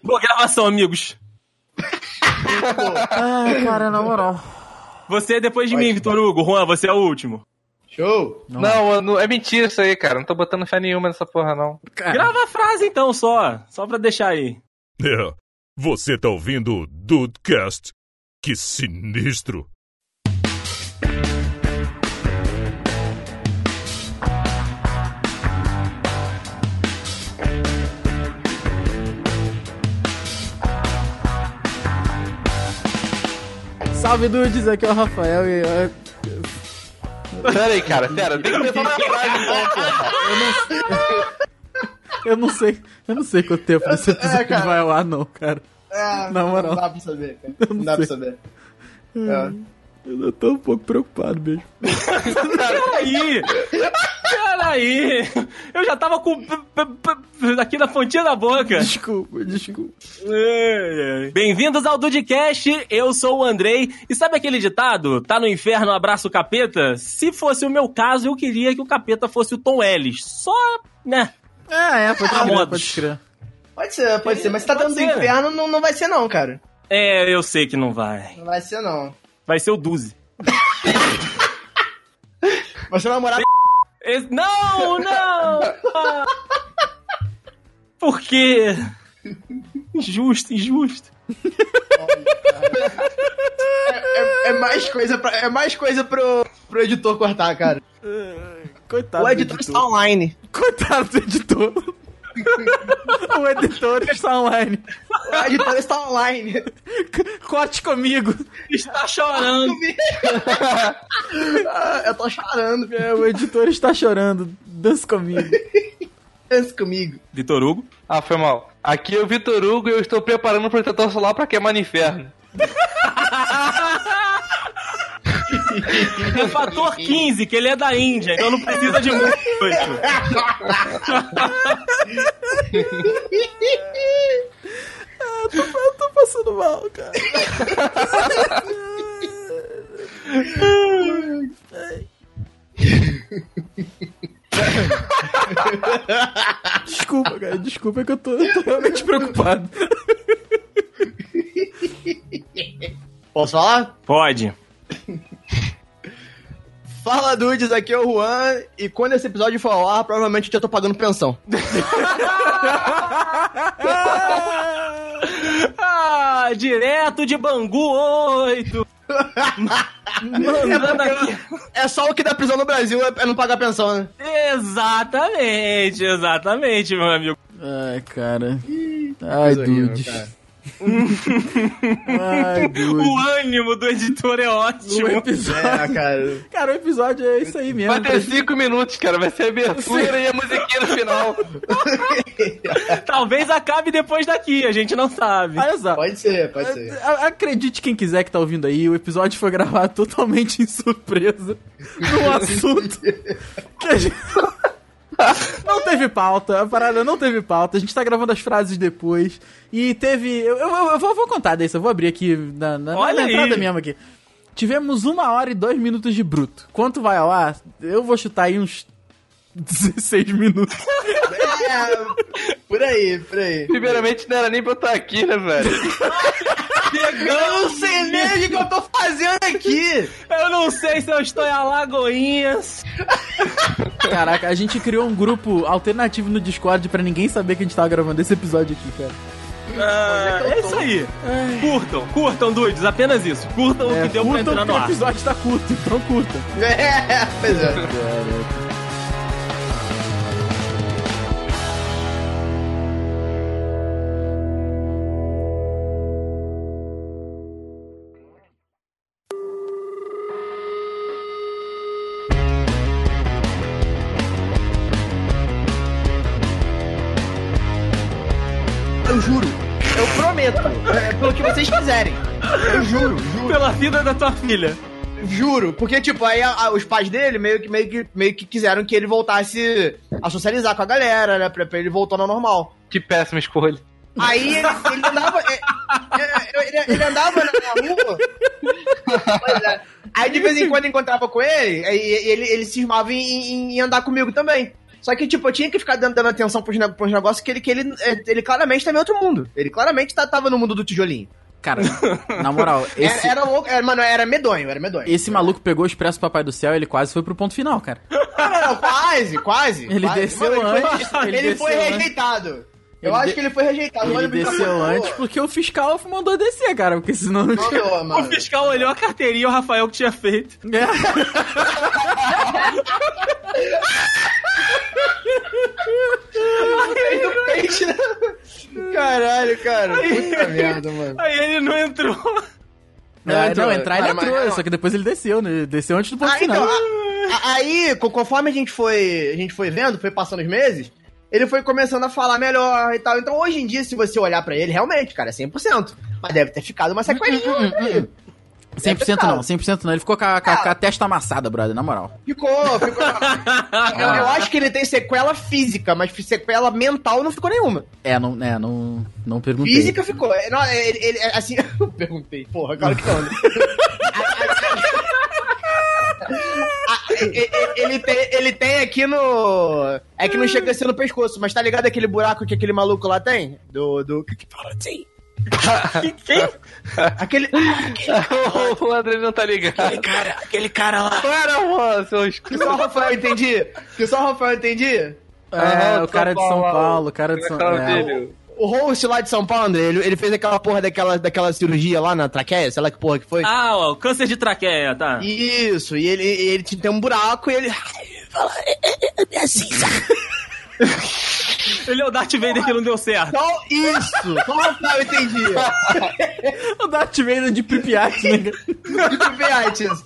Acabou a gravação, amigos. Ai, cara, na moral. Você é depois de Vai, mim, Vitor Hugo. Juan, você é o último. Show! Não. Não, eu não- é mentira isso aí, cara. Não tô botando fé nenhuma nessa porra, não. Cara, Grava a frase então, só. Só pra deixar aí. É, você tá ouvindo o Dudecast? Que sinistro! salve dudes, aqui é o Rafael e. Eu, Pera aí, cara, pera. Tem que pensar na frase, então, porra. eu não sei. Eu não sei quanto tempo desse É, episódio cara. vai ao ar, não, cara. Ah, Na moral. Não dá pra saber, cara. Não, dá pra saber. É. Eu tô um pouco preocupado mesmo. Peraí! Peraí! Eu já tava com. p- p- p- aqui na pontinha da boca. Desculpa, desculpa. Ai, ai. Bem-vindos ao Dudcast, eu sou o Andrei. E sabe aquele ditado? Tá no inferno, abraça o capeta? Se fosse o meu caso, eu queria que o capeta fosse o Tom Ellis. Só, né? É, é, pode Ah, crer, modos. pode crer. Pode ser, pode ser. Mas se tá Pode dando do ser. inferno, não, não vai ser não, cara. É, eu sei que não vai. Não vai ser não. Vai ser o Duzi. Vai ser namorado. Esse- Não, não! Ah. Por quê? Injusto, injusto. É, é mais coisa, pra, é mais coisa pro, pro editor cortar, cara. Coitado o editor, está online. Coitado do editor. o editor está online. O editor está online. C- Corte comigo. Está chorando. Ah, Eu tô chorando. É, o editor está chorando. Dança comigo. Pensa comigo. Vitor Hugo. Ah, foi mal. Aqui é o Vitor Hugo e eu estou preparando um protetor solar pra queimar no inferno. É fator 15, que ele é da Índia, então não precisa de muito. Eu É, tô passando mal, cara. Desculpa, cara. Desculpa é que eu tô, eu tô realmente preocupado. Posso falar? Pode. Fala, dudes. Aqui é o Juan. E quando esse episódio for ao ar, provavelmente eu já tô pagando pensão. Ah, direto de Bangu 8. Mandando aqui. É só o que dá prisão no Brasil é é não pagar pensão, né? Exatamente, exatamente, meu amigo. Ai, cara. Ai, dudes. Ai, O dudes. ânimo do editor é O ótimo. episódio... É, cara. Cara, o episódio é isso aí mesmo. Vai ter cinco minutos, cara. Vai ser a abertura e a musiquinha no final. Talvez acabe depois daqui, a gente não sabe. Olha só. Pode ser, pode ser. É, A- Acredite quem quiser que tá ouvindo aí, o episódio foi gravado totalmente em surpresa num assunto que a gente. Não teve pauta, a parada não teve pauta, a gente tá gravando as frases depois. E teve. Eu, eu- eu vou, vou contar desse, eu vou abrir aqui na, na, na Olha aí. entrada mesmo aqui. Tivemos uma hora e dois minutos de bruto. Quanto vai ao ar? Eu vou chutar aí uns 16 minutos. É, por aí, por aí. Primeiramente, não era nem pra eu estar aqui, né, velho? Eu não sei nem o que que eu tô fazendo aqui. Eu não sei se eu estou em Alagoinhas. Caraca, a gente criou um grupo alternativo no Discord pra ninguém saber que a gente tava gravando esse episódio aqui, cara. Ah, é isso aí. Curtam, curtam, dudes, apenas isso. Curtam o É, que deu pra curtam entrar porque no o ar. episódio tá curto, então curta. É, pois é. Eu juro. Eu prometo. É pelo que vocês quiserem. Eu juro, juro. Pela vida da tua filha. Juro, porque, tipo, aí a- a- os pais dele meio que, meio, que, meio que quiseram que ele voltasse a socializar com a galera, né? Pra, pra ele voltando ao normal. Que péssima escolha. Aí ele, ele andava. é, é, é, ele, ele andava na na rua. Pois é. Aí de vez em quando eu encontrava com ele, aí ele, ele cismava em, em- em andar comigo também. Só que, tipo, eu tinha que ficar dando, dando atenção pros, ne- pros negócios que ele, que ele, é, ele claramente tava em outro mundo. Ele claramente tá- tava no mundo do tijolinho. Cara, na moral, esse, Era, era louco, era, mano, era medonho, era medonho. esse maluco pegou o Expresso Papai do Céu, ele quase foi pro ponto final, cara. Não, não, quase, quase. Ele quase. desceu Mano, ele antes, Foi, ele ele foi desceu antes. rejeitado. Eu Ele acho de- que ele foi rejeitado. O Ele ônibus desceu mandou. antes porque o fiscal mandou descer, cara, porque senão não tinha... Mandou, O mano. fiscal olhou a carteirinha o Rafael que tinha feito. É. Peixe, né? Caralho, cara. Puta merda, mano. Aí ele não entrou. Não, entrou. entrar ele Cara, mas- entrou, não. só que depois ele desceu, né? Ele desceu antes do ponto Ah, então, final. a- a- aí, co- conforme a gente foi, a gente foi vendo, foi passando os meses, ele foi começando a falar melhor e tal. Então, hoje em dia, se você olhar pra ele, realmente, cara, é 100%. Mas deve ter ficado uma sequelinha Hum, aí. 100% não, 100% não. Ele ficou com a, com a- com a testa amassada, brother, na moral. Ficou, ficou. eu, eu acho que ele tem sequela física, mas sequela mental não ficou nenhuma. É, não, é, não, não perguntei. Física ficou. É, Não, ele, ele- é, assim, eu perguntei, porra, claro que não. né? Ah, e- e- ele, tem, ele tem aqui no. É que não chega a ser no pescoço, mas tá ligado aquele buraco que aquele maluco lá tem? Do. do... que que fala assim? Que- Quem? Aquele. o André não tá ligado. Cara, aquele cara lá. Para, mano, seu Que só o Rafael entendi. Que só o Rafael entendi. É, Ah, o cara de São Paulo, o cara de São Como Paulo. é que é o dele? O host lá de São Paulo, André, ele, ele fez aquela porra daquela, daquela cirurgia lá na traqueia, sei lá que porra que foi. Ah, ó, o câncer de traqueia, tá. Isso, e ele, ele tinha- tem um buraco e ele. É assim, sabe? Ele é o Darth Vader que não deu certo. Então, isso! Só o Rafael entendia. O Darth Vader de Pripyat, né? De Kubernetes.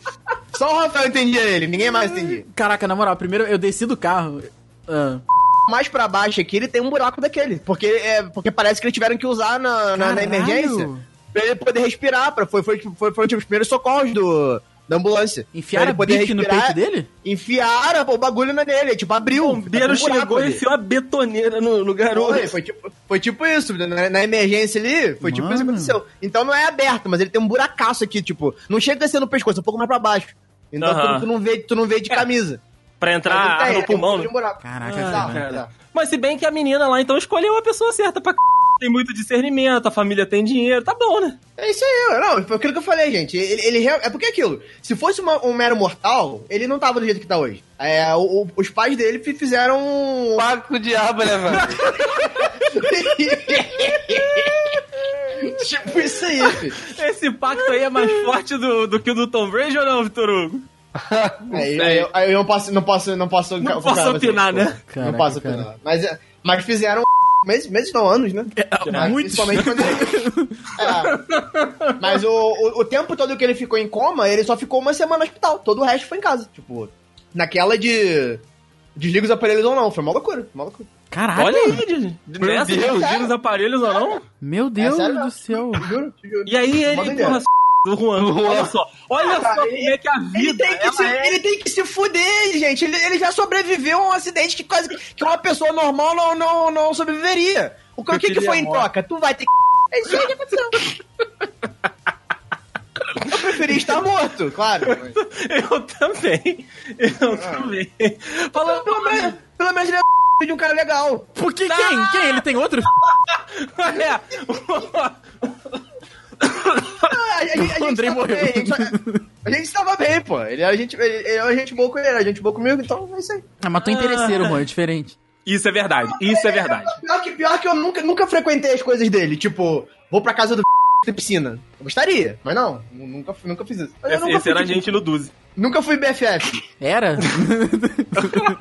Só o Rafael entendia ele, ninguém mais entendia. Caraca, na moral, primeiro eu desci do carro. Ah. Mais pra baixo aqui, ele tem um buraco daquele. Porque, é, porque parece que eles tiveram que usar na, na- na Caralho. emergência. Pra ele poder respirar. Pra, foi, foi, foi, foi tipo, os primeiros socorros do, da ambulância. Enfiaram Pra ele bique no peito dele? Enfiaram o bagulho na nele, tipo, abriu. O bombeiro chegou e Tá enfiou a betoneira no, no garoto. Foi, foi tipo, foi tipo isso, na, na emergência ali, foi tipo isso que Mano. aconteceu. Então não é aberto, mas ele tem um buracaço aqui, tipo, não chega a ser no pescoço, é um pouco mais pra baixo. Então Aham. tu, tu não vê, tu não vê de camisa. Pra Mas ele entrar tem, ar ele no tem um pulmão. né? pouquinho de buraco. Ah, tá. Caraca, Exato, cara. exato. Mas se bem que a menina lá então escolheu a pessoa certa pra c... Tem muito discernimento, a família tem dinheiro, tá bom, né? É isso aí, não, foi aquilo que eu falei, gente. Ele, ele real- é porque é aquilo, se fosse uma- um mero mortal, ele não tava do jeito que tá hoje. É, o- o- os pais dele fi- fizeram um- Paga com o diabo, né, velho? tipo isso aí, filho. Esse pacto aí é mais forte do, do que o do Tom Brady ou não, Vitor Hugo? Aí, aí eu- aí eu não posso, não posso, não assim, posso, Não posso opinar, né? Caraca, não posso cara. opinar. Mas, é- mas fizeram meses, meses não, anos, né? Mas muitos. Principalmente quando ele... É. Mas o, o, o tempo todo que ele ficou em coma, ele só ficou uma semana no hospital. Todo o resto foi em casa. Tipo, naquela de... Desliga os aparelhos ou não. Foi uma loucura, foi uma loucura. Caraca, Olha aí, Didi. nessa, Deus, dividindo os aparelhos ou não? meu Deus É sério? do céu. Juro, te juro. E aí ele, Manda porra, ideia. s... do Juan, olha só. Olha só como é que a Ele vida tem, que ela se, é... ele tem que se fuder, gente. Ele, ele já sobreviveu a um acidente que quase que uma pessoa normal não, não, não sobreviveria. O que, o que, que foi em troca? Tu vai ter que. É isso aí que aconteceu. Eu preferi estar tá morto, claro. mas- Eu também. Ah. Eu também. Falando Pelo menos, pelo menos ele é de um cara legal. Porque Tá. quem? Quem? Ele tem outro? É. Ah, A, a, gente- a gente Andrei tava morreu. bem, a gente tava- a gente estava bem, pô. Ele, é a gente, ele, ele, a gente boa com ele, a gente boa comigo, então é isso aí. Ah, mas tô interesseiro, Juan, é diferente. Isso é verdade, isso é verdade. Pior que, pior que eu nunca, nunca frequentei as coisas dele. Tipo, vou pra casa do tem piscina. Eu gostaria, mas não. nu- Nunca, fui- nunca fiz isso. Eu Esse, nunca, esse fui, era a gente no Duzi. nunca fui BFF. Era?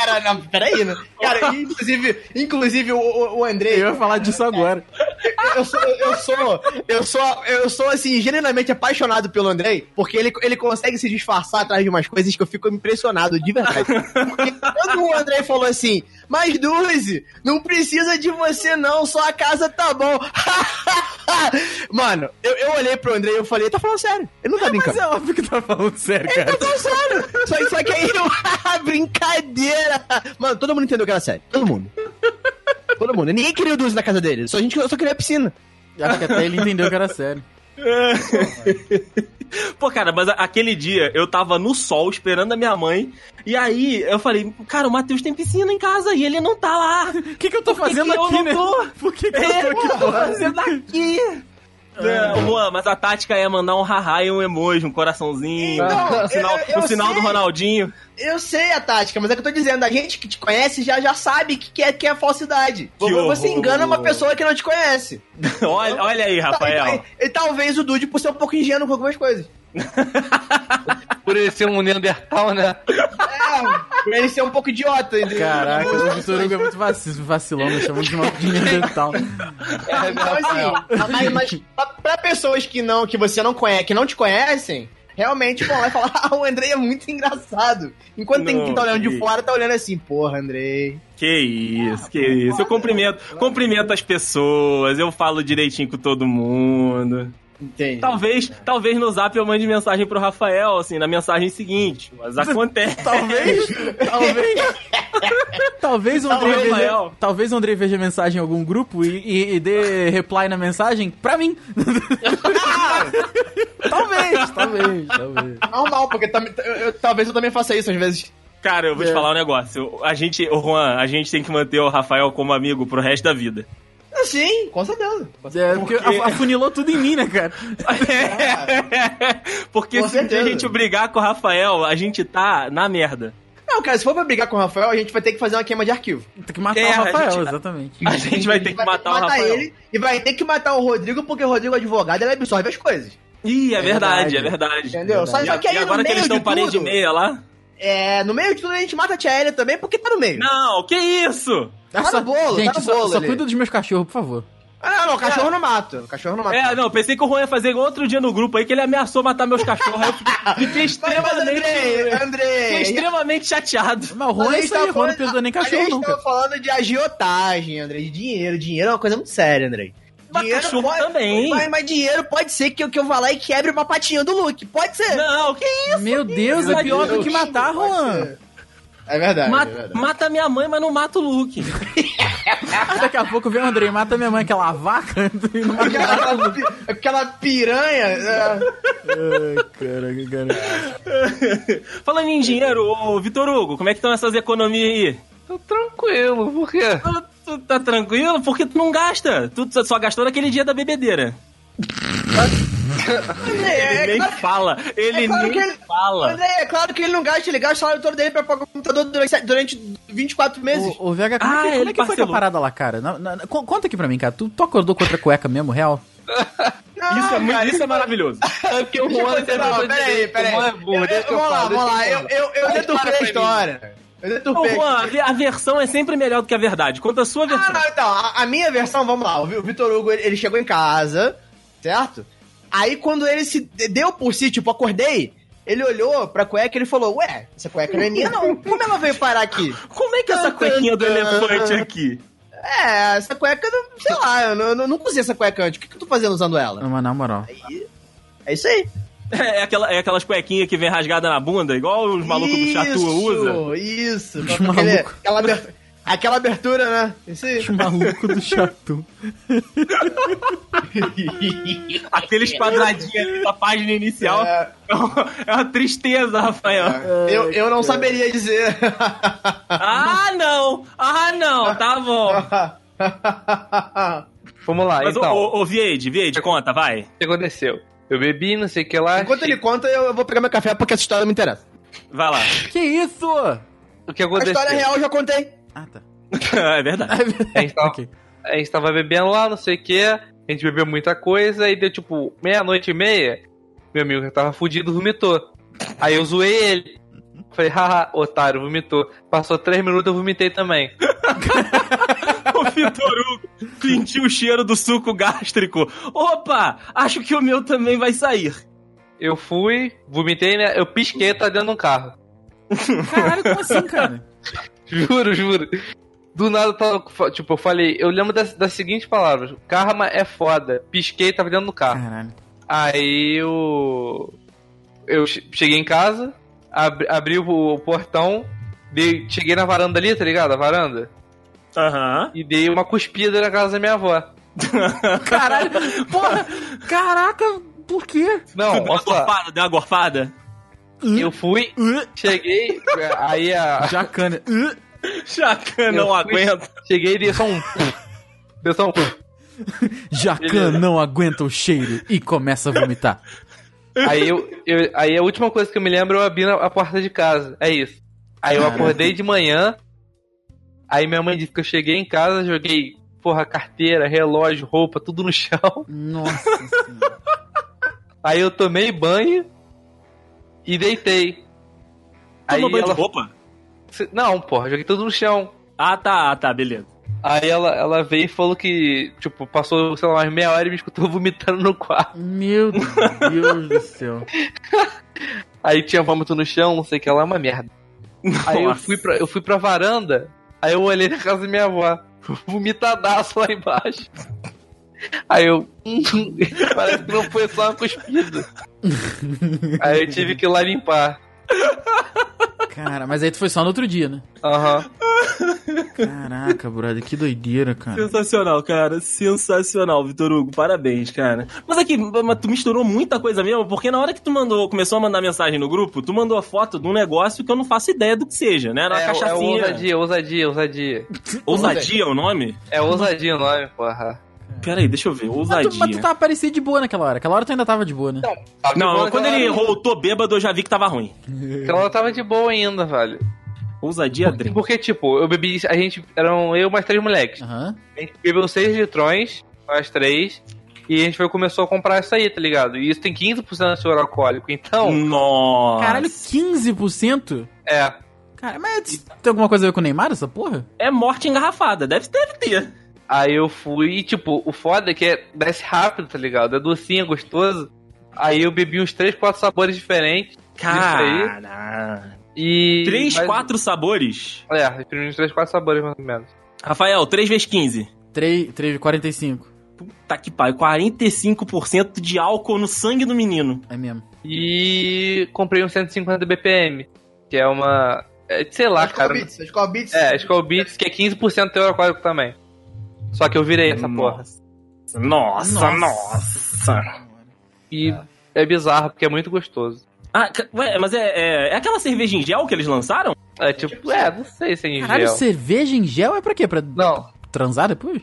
era, não, peraí, né? Cara, inclusive, inclusive o, o, o Andrei, Eu ia eu, falar disso agora. eu sou, eu sou, eu sou, eu sou, assim, genuinamente apaixonado pelo Andrei, porque ele, ele consegue se disfarçar atrás de umas coisas que eu fico impressionado, de verdade. Porque quando o Andrei falou assim, mas Duzi, não precisa de você não, só a casa tá bom. Mano, eu, eu olhei pro Andrei e eu falei, tá falando sério, ele não tá Mas brincando. é óbvio que tá falando sério, Ele cara. tá falando sério! Só, só que aí eu. Brincadeira! Mano, todo mundo entendeu que era sério. Todo mundo. Todo mundo. Ninguém queria o Duzi na casa dele. Só a gente só queria a piscina. Acho que até ele entendeu que era sério. Pô, cara, mas a- aquele dia eu tava no sol esperando a minha mãe. E aí eu falei, cara, o Matheus tem piscina em casa e ele não tá lá. O que, que eu tô que fazendo que eu aqui, não né? tô? Por que, que É, eu tô aqui, o que eu tô porra? tá fazendo aqui? É, Juan, mas a tática é mandar um haha e um emoji, um coraçãozinho, Então, um sinal, eu- eu um sinal do sei. Ronaldinho. Eu sei a tática, mas é que eu tô dizendo, a gente que te conhece já, já sabe que, que, é, que é falsidade. Que você horror. engana uma pessoa que não te conhece. Olha, olha aí, Rafael. E, e talvez o Dude por ser um pouco ingênuo com algumas coisas. Por ele ser um Neandertal, né? É, por ele ser um pouco idiota. entendeu? Caraca, o Vitor Hugo é muito vaci- vacilão, me chamando de uma dinheiro dental. É, então, assim, mas, mas pra, pra pessoas que não, que você não conhece, que não te conhecem, realmente vão lá e falar, ah, o Andrei é muito engraçado. Enquanto tem Não, quem tá olhando que- de fora, tá olhando assim, porra, Andrei. Que isso, que isso. Eu cumprimento, cumprimento as pessoas, eu falo direitinho com todo mundo. Entende? Talvez, talvez no zap eu mande mensagem pro Rafael, assim, na mensagem seguinte. Mas acontece. Tá Talvez, talvez. é Talvez o André, Talvez, veja, Mael. talvez o André veja mensagem em algum grupo e, e- e dê reply na mensagem pra mim. talvez, talvez, talvez. Normal, porque tam- eu- eu- talvez eu também faça isso às vezes. Cara, É. eu vou te falar um negócio. A gente, ô Juan, a gente tem que manter o Rafael como amigo pro resto da vida. Sim, com certeza. Com certeza. É, porque Porque- afunilou tudo em mim, né, cara? Porque Com se um dia a certeza. gente brigar com o Rafael, a gente tá na merda. Não, cara, se for pra brigar com o Rafael, a gente vai ter que fazer uma queima de arquivo. Tem que matar É, o a Rafael, gente- exatamente. A gente vai ter que Vai matar o Rafael. ele e vai ter que matar o Rodrigo, porque o Rodrigo é advogado, ele absorve as coisas. Ih, é verdade, é verdade. Entendeu? Só, E, só que aí e no agora que meio eles estão de parede e tudo, meia lá? É, no meio de tudo a gente mata a tia Ellie também, porque tá no meio. Não, que isso? Tá no bolo, tá gente, no É só- bolo só ali. cuida dos meus cachorros, por favor. Ah, não, não, cachorro não mata. Cachorro não mata. É, não, pensei que o Juan ia fazer outro dia no grupo aí que ele ameaçou matar meus cachorros. Aí eu fiquei- fiquei Mas, mas Andrei, extremamente, fiquei Andrei. extremamente chateado. Mas o Juan é isso aí, o Juan não perdoa nem cachorro, A não, gente tá cara. tava falando de agiotagem, Andrei, de dinheiro. Dinheiro é uma coisa muito séria, Andrei. Mas cachorro também. Mas, mas dinheiro pode ser que, eu- que eu vá lá e quebre uma patinha do Luke. Pode ser. Não, que isso? Meu Deus, é pior do que matar, Pode Juan. ser. É verdade. Mata, é verdade. mata minha mãe, mas não mata o Luke. Daqui a pouco vem o Andrei, mata minha mãe, aquela vaca. e não mata Aquela, aquela- aquela piranha. é. Caraca, cara. Falando em dinheiro, ô Vitor Hugo, como é que estão essas economias aí? Tô tranquilo, por quê? Tu, tu tá tranquilo? Porque tu não gasta. Tu só gastou naquele dia da bebedeira. Ele É, é nem claro- fala. Ele é claro nem que ele- fala. Andrei, é claro que ele não gasta, ele gasta o salário todo dele pra pagar o computador durante, durante 24 meses. Ô, ô, VH, como, Ah, é que, como ele é que foi a parcelou. parada lá, cara? Na- na- na- con- conta aqui pra mim, cara. Tu, tu acordou com outra cueca mesmo, real? Não, isso, é, muito- cara, isso é maravilhoso. É porque o Deixa eu Juan contar- não, peraí, peraí. O Juan é Eu- burro, eu- deixa eu Vamos lá, falar, vamos lá. deixa Eu, eu, eu deturpei a história. Eu Ô, deturpei. Juan, a ve- a versão é sempre melhor do que a verdade. Conta a sua Ah, versão. não, então, a, a minha versão, vamos lá. O Vi- o Vitor Hugo, ele, ele chegou em casa, certo? Aí quando ele se de- deu por si, tipo, acordei, ele olhou pra cueca e ele falou, ué, essa cueca não é minha não. Como ela veio parar aqui? Como é que é essa cuequinha do elefante aqui? É, essa cueca, não- sei lá, eu, não- eu não- nunca usei essa cueca antes. O que, que eu tô fazendo usando ela? Não, mas na moral. É isso aí. É, aquela, é aquelas cuequinhas que vem rasgada na bunda, igual os malucos do Chatua usa. Isso, Os Com aquele- malucos. aquela, abertura, aquela abertura, né? Isso aí. O maluco do chatu. Aqueles quadradinhos ali da página inicial. É. É uma, é uma tristeza, Rafael. Eu, eu não saberia dizer. Ah, não! Ah, não! Tá bom. eu- Vamos lá, Mas, ô, então. ô, ô, Vieide, Vieide, conta, vai. O que aconteceu? Eu bebi, não sei o que lá. Enquanto ele conta, eu eu vou pegar meu café porque essa história não me interessa. Vai lá. Que isso? O que A aconteceu? história real eu já contei. Ah, tá. é verdade. A gente tava, Ok. a gente tava bebendo lá, não sei o que. A gente bebeu muita coisa e deu tipo meia-noite e meia. Meu amigo que tava fudido vomitou. Aí eu zoei ele. Falei, haha, otário, vomitou. Passou três minutos, eu vomitei também. O Vitor Hugo sentiu o cheiro do suco gástrico. Opa, acho que o meu também vai sair. Eu fui, vomitei, né? Eu pisquei, tá dentro de um carro. Caralho, como assim, cara? Juro, juro. Do nada, eu tava, tipo, eu falei, eu lembro das, das seguintes palavras: Karma é foda. Pisquei, tava dentro do carro. Caralho. Aí eu. Eu che- cheguei em casa, abri, abri o, o portão, dei- cheguei na varanda ali, tá ligado? A varanda. Aham. E dei uma cuspida na casa da minha avó. Caralho. Porra. Caraca. Por quê? Não, deu, uma olha só. gorfada, deu uma gorfada? Eu fui, cheguei, aí a. Jacana. Chacan, Eu não fui- aguenta. Cheguei e dei só um. Deu só um. Jacan não aguenta o cheiro e começa a vomitar. Aí, eu, eu- aí a última coisa que eu me lembro, eu abri na- a porta de casa. É isso. Aí eu Caraca. acordei de manhã. Aí minha mãe disse que eu cheguei em casa, joguei, porra, carteira, relógio, roupa, tudo no chão. Nossa senhora. Aí eu tomei banho e deitei. Aí Tomou banho ela- de roupa? Não, porra, joguei tudo no chão. Ah, tá, ah, tá, beleza. Aí ela, ela veio e falou que, tipo, passou, sei lá, mais meia hora e me escutou vomitando no quarto. Meu Deus do céu. Aí tinha vômito no chão, não sei o que lá, uma merda. Aí eu Nossa. fui, pra, eu fui pra varanda, aí eu olhei na casa da minha avó, vomitadaço lá embaixo. Aí eu. hum, parece que não foi só uma cuspida. aí eu tive que ir lá limpar. Cara, mas aí tu foi só no outro dia, né? Aham. Caraca, brother, que doideira, cara. Sensacional, cara. Sensacional, Vitor Hugo. Parabéns, cara. Mas aqui, mas tu misturou muita coisa mesmo, porque na hora que tu mandou, começou a mandar mensagem no grupo, tu mandou a foto de um negócio que eu não faço ideia do que seja, né? Era uma É, é cachaçinha. ousadia, ousadia, ousadia. ousadia é o nome? É ousadia o nome, porra. Pera aí, deixa eu ver. Mas tu, Ousadia. mas tu tava parecia de boa naquela hora. Aquela hora tu ainda tava de boa, né? Tava de Não, boa quando naquela ele hora. voltou bêbado, eu já vi que tava ruim. Então ela tava de boa ainda, velho. Ousadia drink. Porque, tipo, eu bebi. A gente. Eram eu mais três moleques. Aham. A gente bebeu 6 litrões, nós três, e a gente foi, começou a comprar isso aí, tá ligado? E isso tem 15% de teor alcoólico, então, Hum. Nossa. Caralho, 15%? é. Cara, mas isso tem alguma coisa a ver com o Neymar, essa porra? É morte engarrafada. Deve, deve ter. Aí eu fui, e tipo, o foda é que é, desce rápido, tá ligado? É docinho, é gostoso. Aí eu bebi uns 3, 4 sabores diferentes, aí. Caralho. e... Três, mas- quatro sabores? É, eu bebi uns 3, 4 sabores, mais ou menos. Rafael, 3 vezes 15. 3, 3, 45. Tá que pariu, 45% de álcool no sangue do menino. É mesmo. E comprei um 150 BPM, que é uma... é, sei lá, cara... Beats, as Skull Beats. É, Skull Beats, que é 15% de teor alcoólico também. Só que eu virei essa porra. Nossa, nossa. E é. bizarro, porque é muito gostoso. Ah, ca- ué, mas é, é, é aquela cerveja em gel que eles lançaram? É tipo, é, não sei se é em Caralho, gel. cerveja em gel é pra quê? Pra Não, transar depois?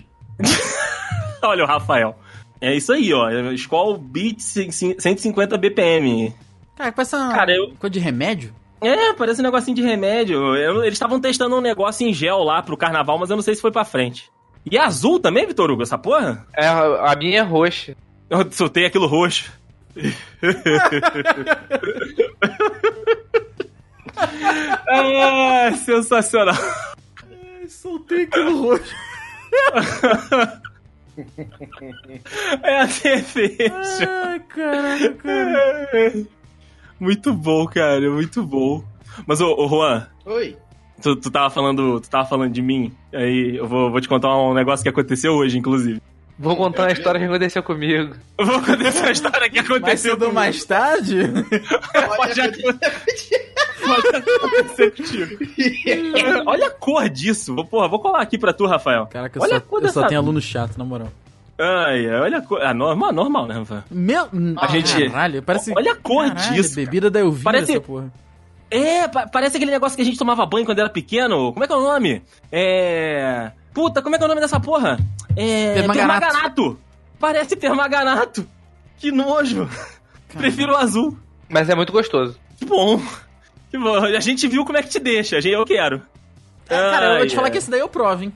Olha o Rafael. É isso aí, ó. é Skol Beat 150 BPM. Cara, parece uma Cara, eu- coisa de remédio. É, parece um negocinho de remédio. Eu- eles estavam testando um negócio em gel lá pro carnaval, mas eu não sei se foi pra frente. E é azul também, Vitor Hugo, essa porra? é, a minha é roxa. Eu soltei aquilo roxo. é, sensacional. Soltei aquilo roxo. É a cerveja. Ai, caraca, cara. Muito bom, cara, muito bom. Mas, ô, ô Juan, Oi. tu, tu tava falando, tu tava falando de mim, aí eu vou, vou te contar um negócio que aconteceu hoje, inclusive. Vou contar uma história que aconteceu comigo. Eu vou contar essa história que Mais aconteceu cedo ou comigo. mais tarde? Pode acontecer contigo. Olha a cor disso. Vou- Porra, vou colar aqui pra tu, Rafael. Caraca, eu Olha a só, cor eu só dessa- tenho aluno chato, na moral. Ai, ai, olha a cor. Ah, normal, normal, né, Rafael? Meu... A gente- Caralho, parece... Olha a cor Caralho, disso. bebida da Elvira, Parece- essa porra. É, pa- parece aquele negócio que a gente tomava banho quando era pequeno. Como é que é o nome? É. Puta, como é que é o nome dessa porra? É. Permanganato. Permanganato. Parece permanganato. Que nojo. Prefiro o azul. Mas é muito gostoso. Que bom. Que bom. A gente viu como é que te deixa. A gente- Eu quero. É, Cara, eu vou te Ai, é. falar ai. que esse daí eu provo, hein?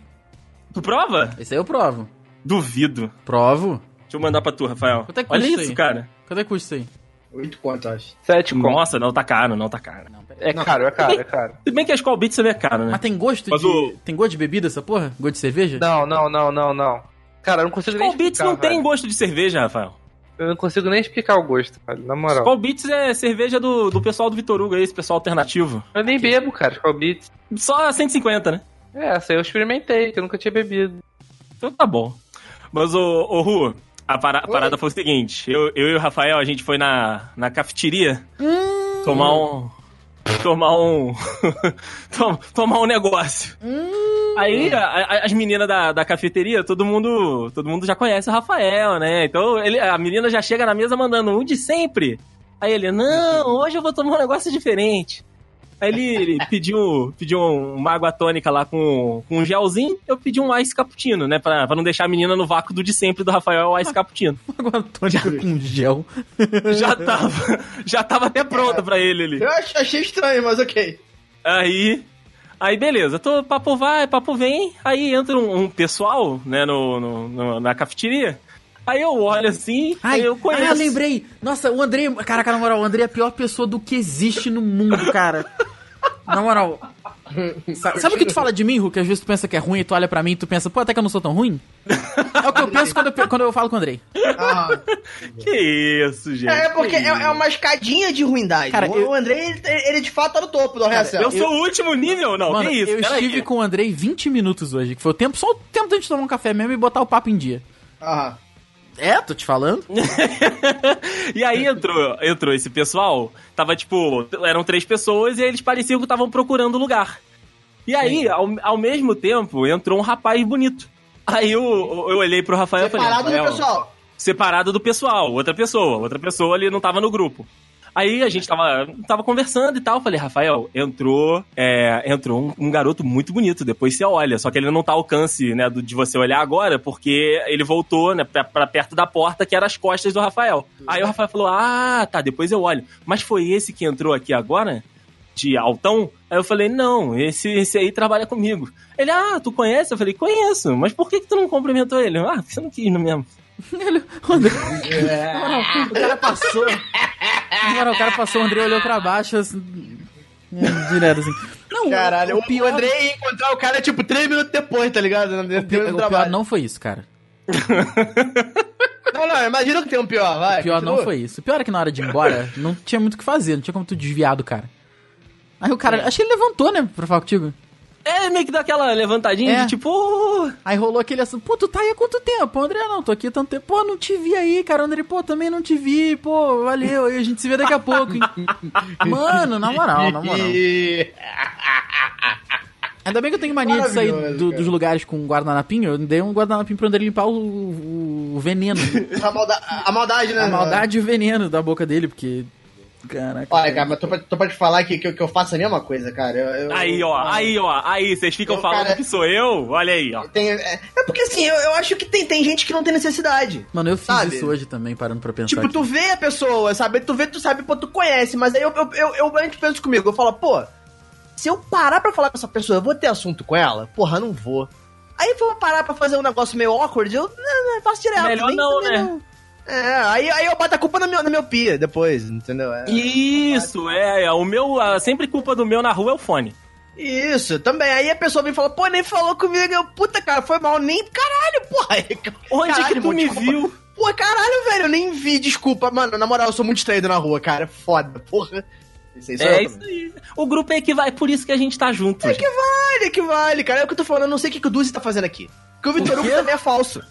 Tu prova? Esse aí eu provo. Duvido. Provo? Deixa eu mandar pra tu, Rafael. Quanto é que Olha custa isso, aí? cara. Cadê que custa isso aí? Oito conto, acho. Sete com. Nossa, não, tá caro, não, tá caro. Não, pera É caro, é caro, é caro. Se bem que a Skull Beats também é caro, né? Mas tem gosto Mas de... o- Tem gosto de bebida essa porra? Gosto de cerveja? Não, não, não, não, não. Cara, eu não consigo nem Skull Beats explicar. não tem velho. gosto de cerveja, Rafael. Eu não consigo nem explicar o gosto, velho, na moral. Skull Beats é cerveja do, do pessoal do Vitor Hugo aí, esse pessoal alternativo. Eu nem bebo, cara, Skull Beats. Só 150, né? É, essa aí eu experimentei, que eu nunca tinha bebido. Então tá bom. Mas, ô, ô Ru, a, para- a Oi. parada foi o seguinte: eu, eu e o Rafael, a gente foi na, na cafeteria tomar um. Tomar um. tom- tomar um negócio. Aí a- a- as meninas da, da cafeteria, todo mundo, todo mundo já conhece o Rafael, né? Então ele, a menina já chega na mesa mandando um de sempre. Aí ele, não, hoje eu vou tomar um negócio diferente. Aí ele, ele pediu, pediu um, uma água tônica lá com, com um gelzinho, eu pedi um ice cappuccino, né? Pra, pra não deixar a menina no vácuo do de sempre do Rafael, o ice cappuccino. Água tônica com gel. Já tava, já tava até pronta pra ele ali. Eu ach- achei estranho, mas ok. Aí. Aí, beleza, tô, papo vai, papo vem. Aí entra um, um pessoal, né, no, no- no- na cafeteria. Aí eu olho assim, aí eu conheço. ah, eu lembrei. Nossa, o André... Caraca, na moral, o André é a pior pessoa do que existe no mundo, cara. Na moral. Sabe, sabe o que tu fala de mim, Hulk? Às vezes tu pensa que é ruim e tu olha pra mim e tu pensa, pô, até que eu não sou tão ruim? É o que eu penso quando eu, pe- quando eu falo com o André. Ah, Que isso, gente. é porque que é, é isso. uma escadinha de ruindade. Cara, o eu- o Andrei, ele, ele de fato tá no topo da reação. Eu sou o último nível? Não, Mano, que isso. eu peraí. estive com o Andrei 20 minutos hoje, que foi o tempo, só o tempo da gente tomar um café mesmo e botar o papo em dia. Ah, É, tô te falando. e aí entrou, entrou esse pessoal, tava tipo, eram três pessoas e eles pareciam que estavam procurando lugar. E aí, ao, ao mesmo tempo, entrou um rapaz bonito. Aí eu, eu olhei pro Rafael e falei... separado do "Rafael, pessoal. separado do pessoal, outra pessoa, outra pessoa ali não tava no grupo. Aí a gente tava, tava conversando e tal, falei, Rafael, entrou é, entrou um, um garoto muito bonito, depois você olha, só que ele não tá ao alcance, né, do- de você olhar agora, porque ele voltou, né, pra, pra perto da porta, que era as costas do Rafael. Aí o Rafael falou, ah, tá, depois eu olho. Mas foi esse que entrou aqui agora? De altão? Aí eu falei, não, esse, esse aí trabalha comigo. Ele, ah, tu conhece? Eu falei, conheço, mas por que que tu não cumprimentou ele? Ah, você não quis no mesmo. O André... o cara passou. Na moral, o cara passou, o André olhou pra baixo, assim, é, direto assim. Não, o- Caralho, o, o pior, o Andrei ia encontrar o cara, tipo, três minutos depois, tá ligado? o Dentro pior- do o pior trabalho. não foi isso, cara. Não, não, imagina que tem um pior, vai. O pior continua. não foi isso. O pior é que na hora de ir embora, não tinha muito o que fazer, não tinha como tu desviar do cara. Aí o É. cara, acho que ele levantou, né, pra falar contigo. É, meio que dá aquela levantadinha É. de tipo. "Oh". Aí rolou aquele assim, pô, tu tá aí há quanto tempo? André, não, tô aqui há tanto tempo. Pô, não te vi aí, cara. André, pô, também não te vi. Pô, valeu. Aí a gente se vê daqui a pouco, hein. Mano, na moral, na moral. E- Ainda bem que eu tenho mania de sair Maravilhoso, do- cara. dos lugares com guardanapinho. Eu dei um guardanapinho pro André limpar o, o- o veneno. A, malda- a maldade, né? A mano? maldade e o veneno da boca dele, porque... Caraca. é Olha, cara, mas tô pra, tô pra te falar que, que, eu- que eu faço a mesma coisa, cara. Eu- eu- Aí, ó, aí, ó, aí, vocês ficam Eu, falando cara- que sou eu? Olha aí, ó. Tem- é, é porque assim, eu, eu acho que tem, tem gente que não tem necessidade. Mano, eu fiz Sabe? isso hoje também, parando pra pensar. Tipo, Tá aqui. tu vê a pessoa, sabe? Tu vê, tu sabe, pô, tu conhece, mas aí eu, eu, eu, eu antes penso comigo, eu falo, pô, se eu parar pra falar com essa pessoa, eu vou ter assunto com ela? Porra, não vou. Aí eu vou parar pra fazer um negócio meio awkward, eu não, não, faço direto. Melhor nem- não, também né? É, aí, aí eu boto a culpa na minha, na minha pia depois, entendeu? É. Isso, é, é, o meu. a- sempre culpa do meu na rua é o fone. Isso, também. Aí a pessoa vem e fala, pô, nem falou comigo. Eu, puta, cara, foi mal, nem. Caralho, porra. Onde Caralho, que tu irmão, me desculpa. viu? Pô, caralho, velho, eu nem vi, desculpa. Mano, na moral, eu sou muito distraído na rua, cara. É Foda, porra. Isso aí sou eu É isso também. aí. O grupo é que vai, por isso que a gente tá junto. gente. Que vale, que vale, cara. É o que eu tô falando, eu não sei o que, que o Duzi tá fazendo aqui. Porque o Vitor Hugo também é falso.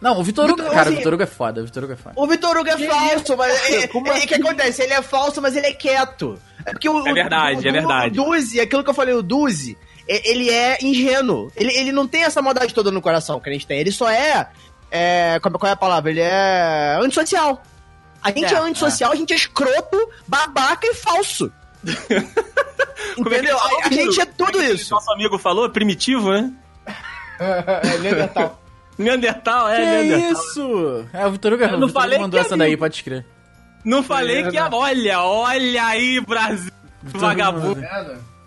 Não, o Vitor Hugo... Vitor- Cara, o assim- Vitor Hugo é foda, o Vitor Hugo é foda. O Vitor Hugo é falso, mas. é- é- Como é- O que acontece? Ele é falso, mas ele é quieto. É, porque o, É verdade, o, o, é verdade. O Duzi, aquilo que eu falei, o Duzi, é- ele é ingênuo. Ele, ele não tem essa maldade toda no coração que a gente tem. Ele só é. é como- qual é a palavra? Ele é antissocial. A gente é, É, antissocial, a gente é escroto, babaca e falso. Como é que Entendeu? ele falou, A, a gente é Bruno? tudo Como que isso. Nosso amigo falou, primitivo, né? É, Neandertal. Neandertal, é, Que Neandertal. isso? É, o Vitor Hugo, o não Vitor Hugo falei que mandou é essa daí, amigo. pode escrever. Não falei que. Olha, olha aí, Brasil. é Vagabundo.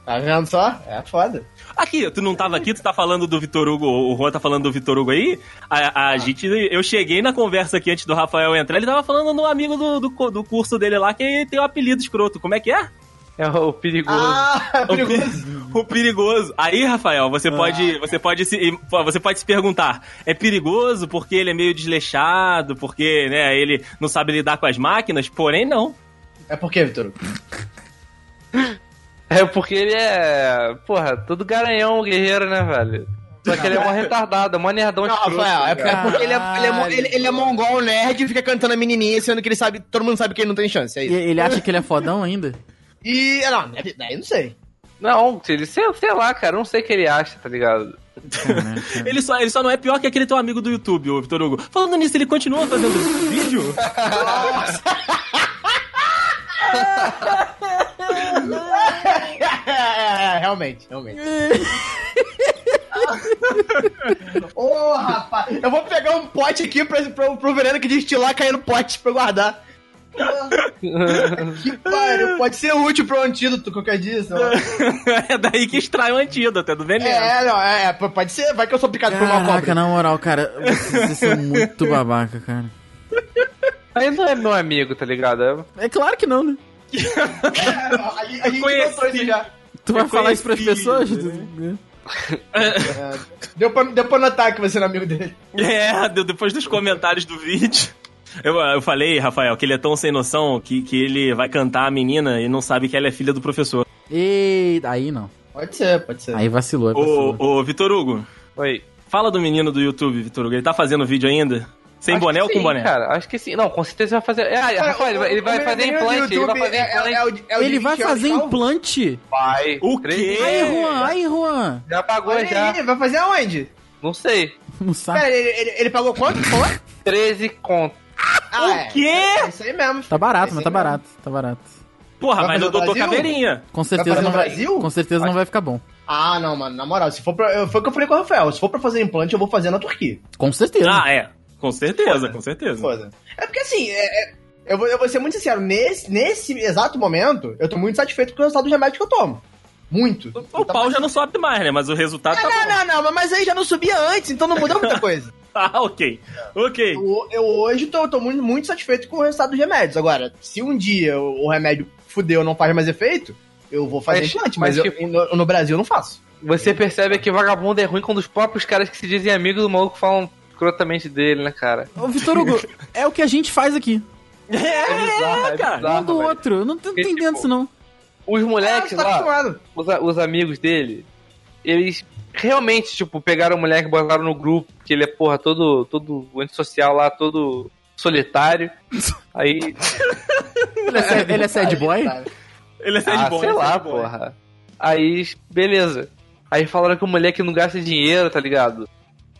Tá vendo só? É foda. Aqui, tu não tava aqui, tu tá falando do Vitor Hugo, o Juan tá falando do Vitor Hugo aí. A, a gente, eu cheguei na conversa aqui antes do Rafael entrar, ele tava falando no amigo do, do, co- do curso dele lá que tem o apelido escroto. Como é que é? É o perigoso. Ah, O, pe- o perigoso. Ah. Aí, Rafael, você pode, você pode se, você pode se perguntar: é perigoso porque ele é meio desleixado, porque, né, ele não sabe lidar com as máquinas? Porém, não. É por quê, Vitor Hugo? É porque ele é. Porra, todo garanhão guerreiro, né, velho? Só que ele é mó retardado, é mó nerdão Não, escroto, tá Rafael, é, cara. é porque ele é, ele, é, mo- ele, ele é mongol nerd e fica cantando a menininha, sendo que ele sabe, todo mundo sabe que ele não tem chance, é E isso. ele acha que ele é fodão ainda? E, não, daí daí eu não sei. Não, ele, sei, sei lá, cara, eu não sei o que ele acha, tá ligado? Ele só, ele só não é pior que aquele teu amigo do YouTube, o Vitor Hugo. Falando nisso, ele continua fazendo vídeo? É, realmente, realmente. Ô, rapaz, eu vou pegar um pote aqui pra, pro, pro Verena que destilar cair no pote pra eu guardar. que pariu, pode ser útil pro antídoto qualquer dia. sei lá. é daí que extrai o antídoto, até do veneno. É, não, é, é, p- pode ser, vai que eu sou É, picado por uma Caraca, cobra. na moral, cara, vocês, vocês são muito babaca, cara. Aí não é meu amigo, tá ligado? É- É claro que não, né? É, não, a, a gente Conheci. notou isso já. Tu É vai falar isso pras Reconhecido, pessoas? né? É, deu, pra, deu pra notar que você era amigo dele. É, de- depois dos comentários do vídeo. Eu, eu falei, Rafael, que ele é tão sem noção que, que ele vai cantar a menina e não sabe que ela é filha do professor. Eita, aí não. Pode ser, pode ser. Aí vacilou, aí vacilou. Ô, ô Vitor Hugo, Oi. fala do menino do YouTube, Vitor Hugo. Ele tá fazendo vídeo ainda? Sem Acho boné que ou com sim, boné? Cara, acho que sim. Não, com certeza vai fazer. É, Rafael, ele vai, ele vai é fazer implante, ele vai fazer implante. Ele vai fazer implante? Vai. O Três quê? meses. Aí, Juan, aí, Juan. Já pagou já. é, Olha aí, vai fazer aonde? Não sei. Não sabe. Pera, ele, ele, ele pagou quanto? que Falou? 13 conto. Ah, é. Quê? É isso aí mesmo. filho. Tá barato, É mas isso tá aí mesmo. barato, tá barato. Porra, Vai mas fazer o no doutor Brasil? Caveirinha. Com certeza fazer não no vai. Brasil? Com certeza não vai ficar bom. Ah, não, mano. Na moral, se for pra. eu- Foi o que eu falei com o Rafael. Se for pra fazer implante, eu vou fazer na Turquia. Com certeza. Ah, é. Com certeza, com certeza. Foda. É porque assim, é- é- eu, vou, eu vou ser muito sincero, nesse, nesse exato momento, eu tô muito satisfeito com o resultado dos remédios que eu tomo. Muito. Então, Ah, O pau já não sobe mais, né? Mas o resultado tá Não, bom. não, não, mas aí já não subia antes, então não mudou muita coisa. Ah, ok. Ok. Eu, eu hoje tô, tô muito, muito satisfeito com o resultado dos remédios. Agora, se um dia o, o remédio fudeu não faz mais efeito, eu vou fazer Mas- implante, mas, mas eu- tipo- no, no Brasil eu não faço. Você percebe que vagabundo é ruim quando os próprios caras que se dizem amigos do maluco falam escrotamente dele, né, cara? Ô, Vitor Hugo, é o que a gente faz aqui. bizarro, É, é cara. bizarro. Ah, Um do velho. outro. É, Eu não tô Porque, entendendo tipo, isso, não. Os Ah, moleques você tá tipo- lá, acostumado. os, os amigos dele, eles realmente, tipo, pegaram o moleque, botaram no grupo, que ele é, porra, todo, todo antissocial lá, todo solitário. Aí, Ele é, sad- ele é sad boy? Sabe? Ele é sad ah, boy, sei sad lá, boy. porra. Aí, beleza. Aí falaram que o moleque não gasta dinheiro, tá ligado?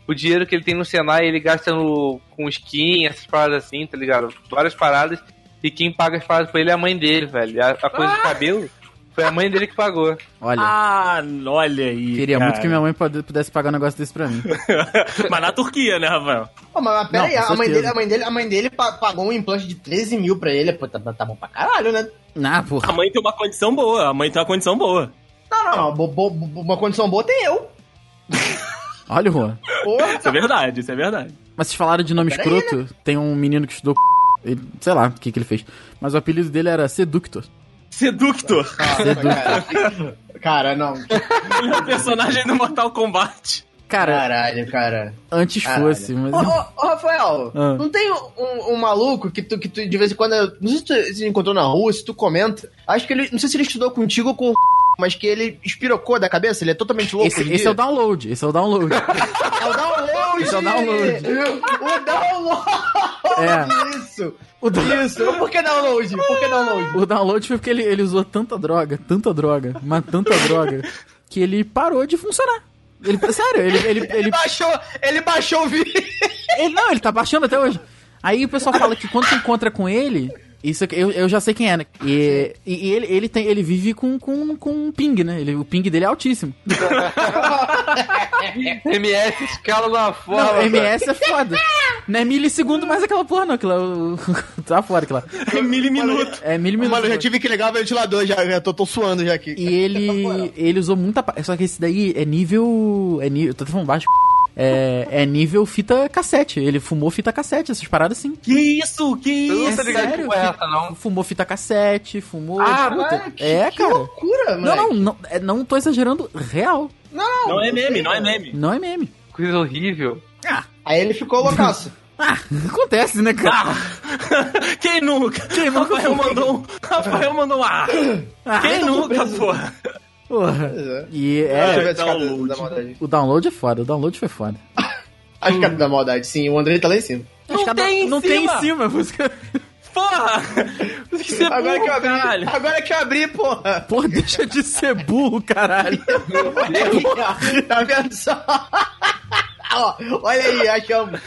O dinheiro que ele tem no Senai, ele gasta no, com skin, essas paradas assim, tá ligado? Várias paradas. E quem paga as paradas pra ele é a mãe dele, velho. A, a coisa de cabelo foi a mãe dele que pagou. Olha, Ah, olha aí. queria cara. muito que minha mãe pode- pudesse pagar um negócio desse pra mim. Mas na Turquia, né, Rafael? Pô, mas, mas pera Não, aí, com a mãe, certeza. dele, a, mãe dele, a mãe dele pa- pagou um implante de 13 mil pra ele. Pô, tá, tá bom pra caralho, né? Ah, A porra. mãe tem uma condição boa, a mãe tem uma condição boa. Não, Tá, não, não. bo- bo- bo- uma condição boa tem eu. Olha, Juan. Porra, Isso é verdade, isso é verdade. Mas vocês falaram de nome Pera aí, escroto? Tem um menino que estudou. c****, Ele, sei lá o que, que ele fez. Mas o apelido dele era Seductor. Seductor, cara. cara, não. ele é o personagem do Mortal Kombat. Cara, Caralho, cara. antes Caralho. fosse, mas. Ô, ô, ô, Rafael, Ah. não tem um, um maluco que tu, que tu de vez em quando. Não sei se tu se encontrou na rua, se tu comenta. Acho que ele. Não sei se ele estudou contigo ou com o mas que ele espirocou da cabeça, ele é totalmente louco. Esse, hoje em esse dia. é o download, esse é o download. É o download! Esse é o download. O download! É. Isso! O, down- Isso! Por que download? Por que download? o download foi porque ele, ele usou tanta droga, tanta droga, mas tanta droga, que ele parou de funcionar. Ele, sério, ele, ele, Ele ele, baixou, ele baixou o vídeo. ele- Não, ele tá baixando até hoje. Aí o pessoal fala que quando tu encontra com ele. Isso aqui- eu, eu já sei quem é, né? E, e ele, ele, tem, ele vive com, com, com um ping, né? Ele, o ping dele é altíssimo. MS escala de uma forma. Não, velho. MS é foda. Não é milissegundo mais aquela porra, não. Aquilo é o- tá fora, aquilo lá. É miliminuto. É miliminuto. Mano, eu já tive que ligar o ventilador, já, já tô, tô suando já aqui. E Tá ele, ele usou muita. pa- Só que esse daí é nível. É nível. Eu tô falando baixo. É, é nível fita cassete. Ele fumou fita cassete, essas paradas sim. Que isso, que Eu não isso? tô ligado sério? com essa, não. Fumou fita cassete, fumou. Ah, Cara, que, é, que cara. loucura, Não, mano. não, não, é, não tô exagerando. Real. Não é meme, não é meme. Não é meme. Coisa horrível. Aí ele ficou loucaço. Ah, acontece, né, cara? Ah! Quem nunca? Quem nunca? Rafael mandou um. Rafael mandou um. Ah! Ah, Quem nunca, porra? porra. É. E Deixa eu é. ver esse cara da- download. da maldade. O download é foda, o download foi foda. Hum. Acho que é da maldade, sim. O Andrei tá lá em cima. Não tem em não tem cima. em cima a música. Porra! Você que ser Agora que eu burro, abri, caralho. agora que eu abri, porra. Porra, deixa de ser burro, caralho. Olha aí, ó. Tá vendo só? Ó, Olha aí, achamos.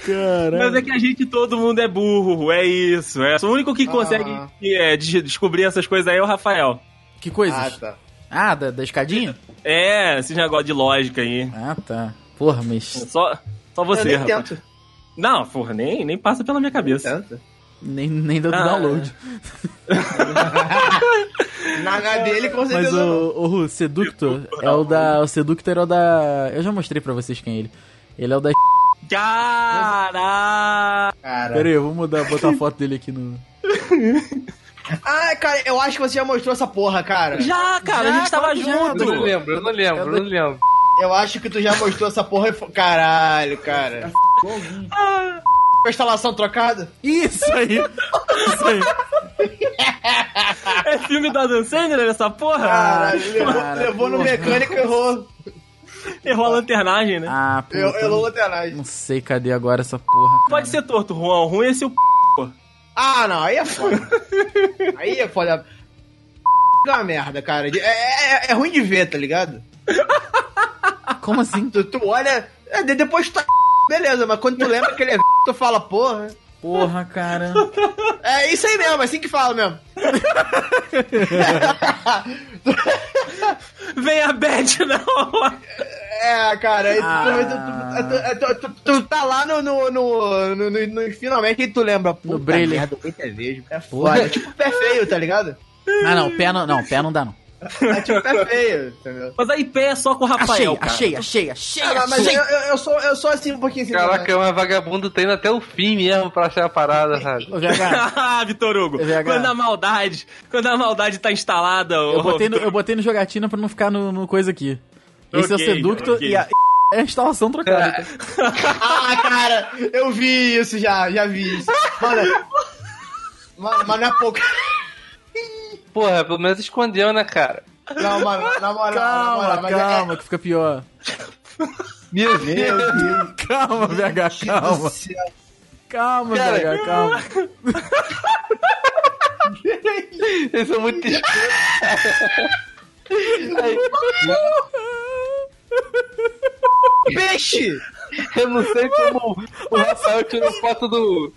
Mas é que a gente, todo mundo é burro, é isso. É. O único que consegue é, de- descobrir essas coisas aí é o Rafael. Que coisas? Ah, Ah, tá. da, da escadinha? É, esse negócio de lógica aí. Ah, tá. Porra, mas Só, só você, eu nem rapaz. tento. Não, porra, nem, nem passa pela minha cabeça. Tento. nem, nem deu do Ah. download. Na HD ele com Mas certeza não. o, o Ru, Seductor é o da. O Seductor é o da. Eu já mostrei pra vocês quem é ele. Ele é o da. Caralho! Cara. Pera aí, eu vou mudar, botar a foto dele aqui no. Ah, cara, eu acho que você já mostrou essa porra, cara. Já, cara, a gente tava já, Eu não junto! lembro, eu não lembro, eu não lembro. Eu acho que tu já mostrou essa porra e fo- Caralho, cara. Tá Com a instalação trocada? Isso aí! Isso aí! É filme da Dan Sandler essa porra? Caralho, levou, cara, levou no porra. mecânico e errou. Errou a lanternagem, né? Ah, puta. Eu- Errou lateragem. Não sei cadê agora essa porra. Cara. Pode ser torto, Juan. O ruim é seu p. pô. Ah, não, aí é foda. aí é foda. É uma merda, cara. É, é- é ruim de ver, tá ligado? Como assim? Tu, tu olha. é, de- depois tu tá. Beleza, mas quando tu lembra que ele é. Tu fala, porra. Porra, cara. É isso aí mesmo, é assim que fala mesmo. Vem a Beth na hora. É, cara, aí tu- Ah. tu, tu- tu- tu- tu tá lá no, no, no, no- no- no- finalmente e tu lembra, puta brilho. merda, muita vez, é Porra. foda, é tipo pé feio, tá ligado? Ah, não, pé não, não, pé não dá não. É tipo pé feio, entendeu? Mas aí pé é só com o Rafael. cara. achei, achei, achei, Ah, mas eu, eu, eu sou, eu sou assim um pouquinho assim. Caraca, é mas vagabundo tá indo até o fim mesmo pra achar a parada, sabe? Ô, VH, Ah, Vitor Hugo, VH. quando a maldade, quando a maldade tá instalada, eu ô, botei, no, eu botei no jogatina pra não ficar no, no coisa aqui. Esse é Ok, o seducto ok. e a... É a instalação trocada. Ah, cara, eu vi isso já, já vi isso. Mano, mano, mas não é pouco. Porra, pelo menos escondeu, né, cara? Não, mano, na moral, na Calma, moral, mas é calma, que fica pior. Meu Deus. Calma, VH, calma. Calma, Cara. VH, calma. Eles são muito escuros. é- Peixe! Eu não sei como o Rafael tirou foto do.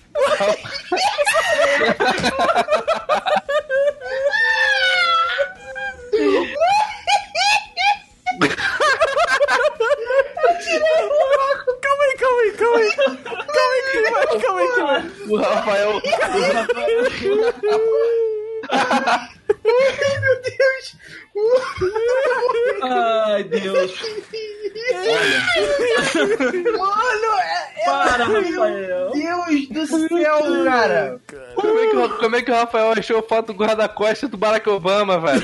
Calma aí, calma aí, calma aí. Calma aí, que tem mais, calma aí, que tem mais. O Rafael. Ai, Deus. Mano, é, é- Para, meu Rafael. Deus do céu, cara. Como é, que, o- como é que o Rafael achou a foto do guarda-costa do Barack Obama, velho?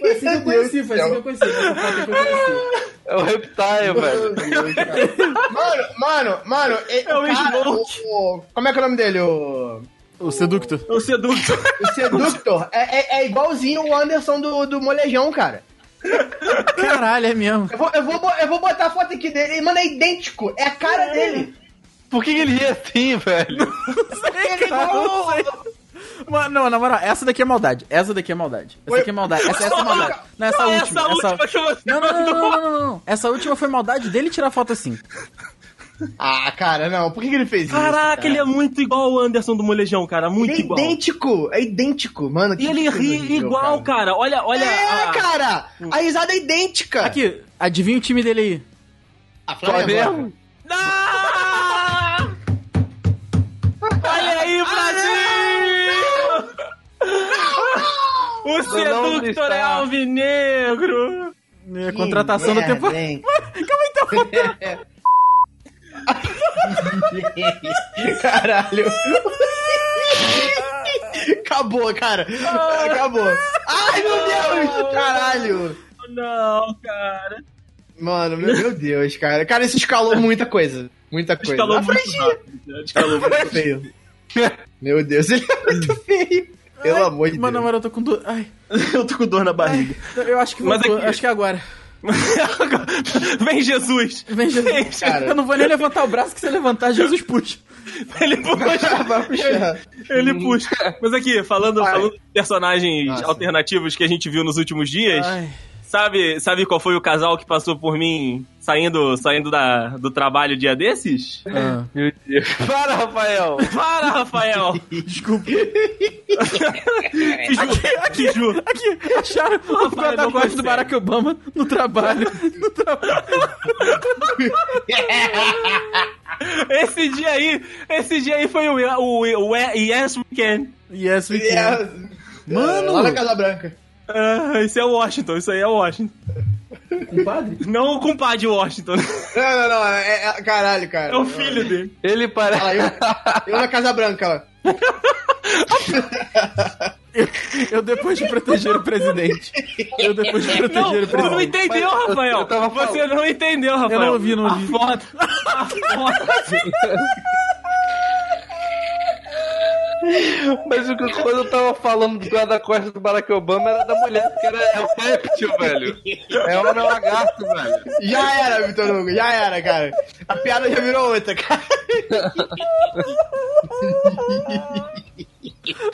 Foi assim que eu conheci, foi assim que eu conheci. essa foto que eu conheci. É o Reptile, velho. Mano, mano, mano, é, É o Smoke. o, o- Como é que é o nome dele? O, O seducto. Eu seduzo. o Seductor é, é- é igualzinho o Anderson do, do Molejão, cara. Caralho, é mesmo. Eu vou, eu, vou, bo- eu vou botar a foto aqui dele. Mano, é idêntico. É a cara dele. Por que que ele ia assim, velho? Ele é igual. o- Mano, não, na moral, essa daqui é maldade. Essa daqui é maldade. Essa daqui é maldade. Essa, essa é maldade. Não, essa Não, última. essa Essa última que você Não, não, não, mandou. não, não, não, não. Essa última foi maldade dele tirar foto assim. Ah, cara, não. Por que, que ele fez isso? Caraca, ele é muito igual o Anderson do Molejão, cara, muito Ele é igual. idêntico. É idêntico, mano. E ele ri igual, cara. cara. Olha, olha. a- É, cara. A risada é idêntica. Aqui, adivinha o time dele aí. Ah, Flamengo? Não! Ah! Olha aí, Brasil! O Não, não seductor é está. alvinegro! É, contratação da temporada. Calma aí, tá então. Caralho. Acabou, cara. Acabou. Ai, meu Deus. Caralho. Não, cara. Mano, meu, meu Deus, cara. Cara, isso escalou muita coisa. Muita coisa. Escalou A muito franquia rápido, né? Escalou muito. é feio. Meu Deus, ele é muito feio. Pelo amor de Mano, na Deus. moral, eu tô com dor. Ai, Eu tô com dor na barriga. eu acho que Mas voltou. aqui- Acho que é agora. Vem Jesus! Vem, Jesus. cara. Eu não vou nem levantar o braço, que se eu levantar, Jesus puxa. Ele puxa, Vai puxar. ele puxa. Mas aqui, falando, Vai. falando de personagens Nossa. alternativos que a gente viu nos últimos dias, Ai. sabe, sabe qual foi o casal que passou por mim saindo, saindo da, do trabalho dia desses? Ah. Meu Deus. Para, Rafael! Para, Rafael! Desculpa. Fiju, Fiju. Aqui, acharam o Rapaz, não guarda-costas do consegue. Barack Obama no trabalho. No trabalho. Esse dia aí, esse dia aí foi o, o, o Yes We Can. Yes, we can. Mano! Lá na Casa Branca. Ah, esse é o Washington, isso aí é o Washington. Compadre? Não o compadre Washington, né? Não, não, não. É, é- caralho, cara. é o filho dele. Ele parece. Fala, eu, eu na Casa Branca, ó. Eu depois de proteger o presidente. Eu depois de Não, proteger o tu não presidente. entendeu, eu- Rafael. eu tava falando. Você não entendeu, Rafael. Eu não ouvi, não A ouvi. foto, a foto. Mas o que quando eu tava falando do guarda-costas do Barack Obama era da mulher, porque era, é um réptil, velho. É um lagarto, velho. Já era, Vitor Hugo. Já era, cara. A piada já virou outra, cara.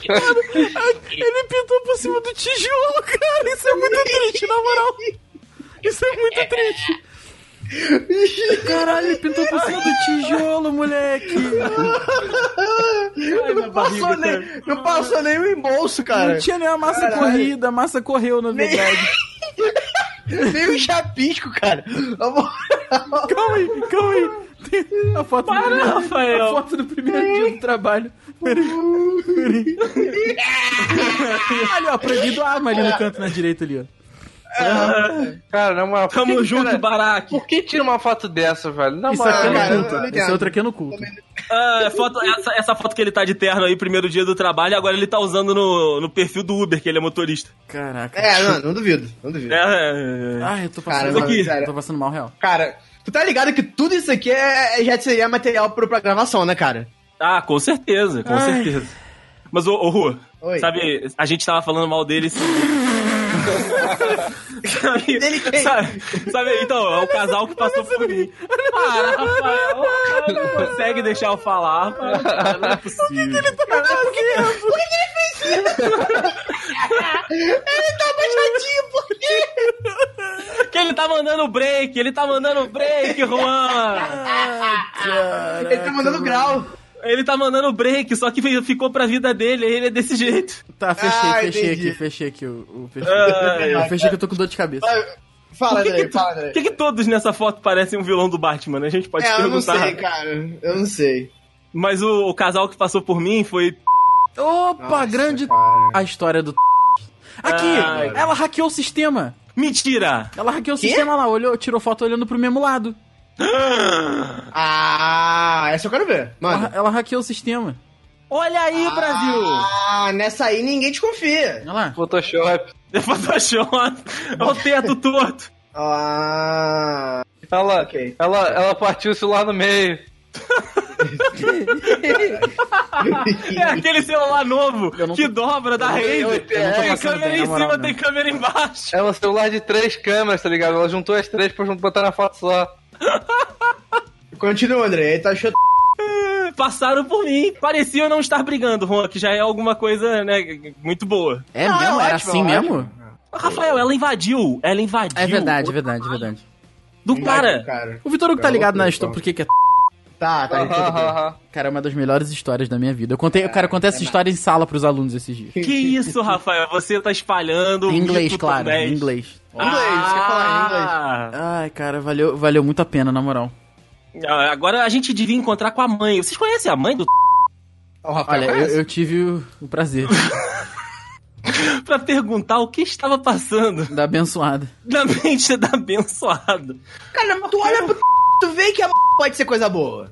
Ele pintou por cima do tijolo, cara. Isso é muito triste, na moral. Isso é muito triste. Caralho, ele pintou por cima do tijolo, moleque. Não passou, nem, não passou nem o embolso, cara. Não tinha nenhuma massa corrida, a massa correu, na verdade. Nem o chapisco, cara. Na moral. Calma aí, calma aí. Tem A foto, do Para, primeiro, Rafael. a foto do primeiro dia do trabalho. Peraí, peraí. Ali, ó, proibido a arma ali no canto na direita ali, ó. Cara, não é uma por Tamo que, junto, cara, Baraque. Por que tira uma foto dessa, velho? Não, Isso aqui Tá é cara, no eu culto. tô ligado. Essa outra aqui é no culto. Ah, foto- essa, essa foto que ele tá de terno aí, primeiro dia do trabalho, agora ele tá usando no, no perfil do Uber, que ele é motorista. Caraca. É, não, não duvido. Não duvido. É, Ai, eu tô Cara, passando mas aqui- mal. Tô passando mal, real. Cara, tu tá ligado que tudo isso aqui é, é- já seria material pro, pra gravação, né, cara? Ah, com certeza, com Ai. certeza. Mas, ô, ô Ru, Oi. sabe, a gente tava falando mal dele. esse- sabe, Dele quem? sabe, sabe, então, é o casal que passou por mim. Para, Rafael, não consegue deixar eu falar, Rafael, cara, não é possível. Tá Por que, que ele fez isso? ele tá abaixadinho, por quê? Que ele tá mandando break, ele tá mandando break, Juan! Ele tá mandando grau. Ele tá mandando break, só que fi- ficou pra vida dele, aí ele é desse jeito. Tá, fechei, Ah, fechei entendi. aqui, fechei aqui o... o fechei. Ai, Eu fechei que eu tô com dor de cabeça. Fala, Por que, André, que, tu- fala, por André. que que todos nessa foto parecem um vilão do Batman? né? A gente pode É, eu não perguntar. sei, cara. Eu não sei. Mas o, o casal que passou por mim foi. Opa, grande... cara. A história do... Aqui, Ai. ela hackeou o sistema. Mentira! Ela hackeou o sistema lá, olhou, tirou foto olhando pro mesmo lado. Ah, essa eu quero ver. Ela, Mano. ela hackeou o sistema. Olha aí, Brasil! Ah, nessa aí ninguém desconfia. Olha lá. Photoshop. É Photoshop! É o teto torto! Ah. Ela, Ok. ela, ela partiu o celular no meio. É aquele celular novo Eu não tô- que dobra da rede! eu não tô Tem passando câmera bem, em na moral, cima, não. tem câmera embaixo! Ela celular de três câmeras, tá ligado? Ela juntou as três pra junto- botar na foto só. Continua, André. Ele tá achando. Passaram por mim, parecia não estar brigando, Juan, que já é alguma coisa, né, muito boa. É Ah, mesmo? é Era ótimo, assim é mesmo? Rafael, ela invadiu, ela invadiu. É verdade, é verdade, é verdade. Do cara. cara. O Vitor Hugo tá Garoto, ligado na então. história porque que é. Tá, tá. tá, Cara, é uma das melhores histórias da minha vida. Eu contei, cara, eu contei essa história em sala pros alunos esses dias. Que isso, Rafael, você tá espalhando... Em inglês, mito claro, também. em inglês. Inglês, você quer falar em inglês? Ah. Ai, cara, valeu, valeu muito a pena, na moral. Ah, Agora a gente devia encontrar com a mãe. Vocês conhecem a mãe do Ó, o Rafael Olha, conhece? eu, eu tive o, o prazer pra perguntar o que estava passando da abençoada. na mente da abençoada. Cara, mas tu olha pro. Tu vê que a pode ser coisa boa.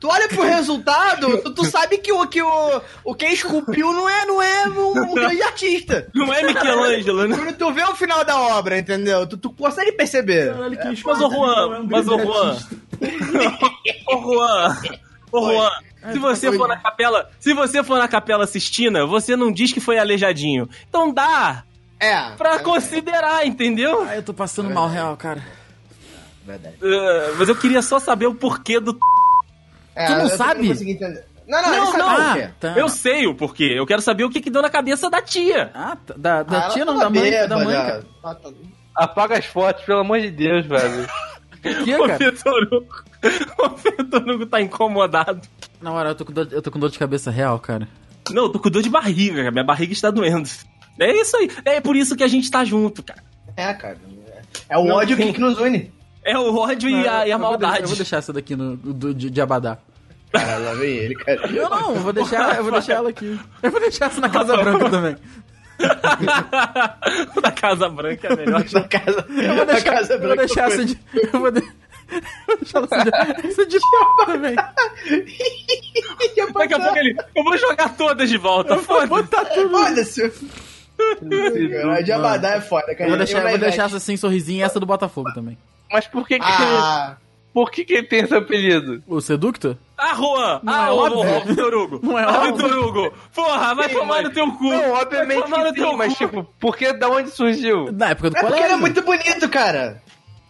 Tu olha pro resultado, tu, tu sabe que o que o, o quem esculpiu não é não é um, um grande artista. Não é Michelangelo, né? Quando tu vê o final da obra, entendeu? Tu, tu consegue perceber. Mas o é um Juan, mas o Juan. Ô Juan, ô Juan. Se você for na capela, se você for na capela Sistina, você não diz que foi aleijadinho. Então dá É. pra considerar, entendeu? Ah, eu tô passando mal real, cara. Verdade. Ah, mas eu queria só saber o porquê do. É, Tu não eu- eu sabe? Não, consegui entender. não, não, Não, ele sabe não. o que é. tá. Eu sei o porquê. Eu quero saber o que, que deu na cabeça da tia. Ah, tá. Da, da Ah, tia ela não, da tava mãe, da mãe, bêbada. cara. Ela tá- Apaga as fotos, pelo amor de Deus, velho. Por quê, o cara? Vitor Hugo- o Vitor Hugo tá incomodado. Na hora, eu tô, com dor, eu tô com dor de cabeça real, cara. Não, eu tô com dor de barriga, cara. Minha barriga está doendo. É isso aí. É por isso que a gente tá junto, cara. É, cara. É o Não ódio tem. que nos une. É o ódio e a, e a Eu vou deixar- maldade. Eu vou deixar essa daqui no, do- de, de Abadá. Cara, lá vem ele, cara. Eu não, eu vou deixar, eu vou deixar ela aqui. Eu vou deixar essa na Casa Branca também. da Casa Branca é melhor. Na casa, Eu vou na deixar, casa eu vou branca. deixar essa de. Eu vou, de, eu vou deixar essa de. Essa de p- também. é Daqui a pouco ele. Eu vou jogar todas de volta. Foda-se. Botar tudo. Foda-se. Cara, A de Abadá é foda, cara. Eu vou deixar, eu vou Ivete. deixar essa sem sorrisinho e essa do Botafogo também. Mas por que que, Ah, por que que ele tem esse apelido? O Seducto? Ah, Juan! Não Ah, é ô, óbvio? ô, ô, Vitor Hugo! Não é ah, óbvio? Vitor Hugo! Porra, vai tomar no teu cu! Não, Vai obviamente tomar no que teu sim, mas cu. tipo, por que, da onde surgiu? Na época do é porque colégio. ele é muito bonito, cara.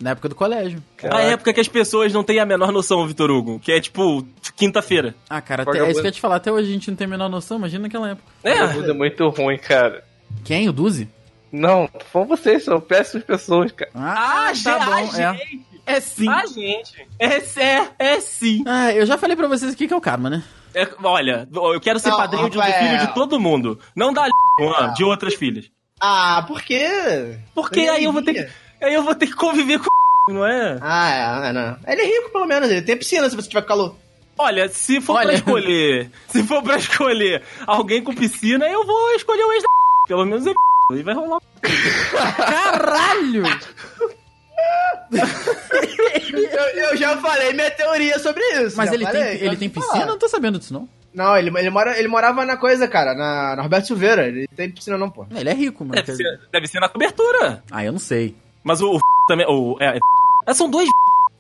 Na época do colégio. A época que as pessoas não têm a menor noção, Vitor Hugo, que é tipo quinta-feira. Ah, cara, até, Vagabundo. é isso que eu ia te falar. Até hoje a gente não tem a menor noção. Imagina naquela época. É, É muito ruim, cara. Quem? O Duzi? Não, foram vocês, são péssimas pessoas, cara. Ah, tá tá bom. É, gente! é sim. Ah. A gente! É, é, é sim! Ah, eu já falei pra vocês aqui que é o karma, né? É, olha, eu quero ser Não, padrinho de um Rafael. filho de todo mundo. Não dá l... Juan, de outras filhas. Ah, por quê? Porque Ele é aí eu vou ter que. rico. Aí eu vou ter que conviver com não é? Ah, é, é, não. Ele é rico, pelo menos. Ele tem piscina se você tiver calor. Olha, se for pra Olha. escolher. Se for pra escolher alguém com piscina, eu vou escolher o ex da. Pelo menos é. E vai rolar. Caralho! Eu, eu já falei minha teoria sobre isso. Mas já ele falei, tem, já ele tem te piscina? Eu falaram. não tô sabendo disso, não. Não, ele, ele, mora, ele morava na coisa, cara, na, na Roberto Silveira. Ele tem piscina não, pô. Ele é rico, mano. Deve ser, deve ser na cobertura. Ah, eu não sei. Mas o, o também. O, é, é- Ah, são dois.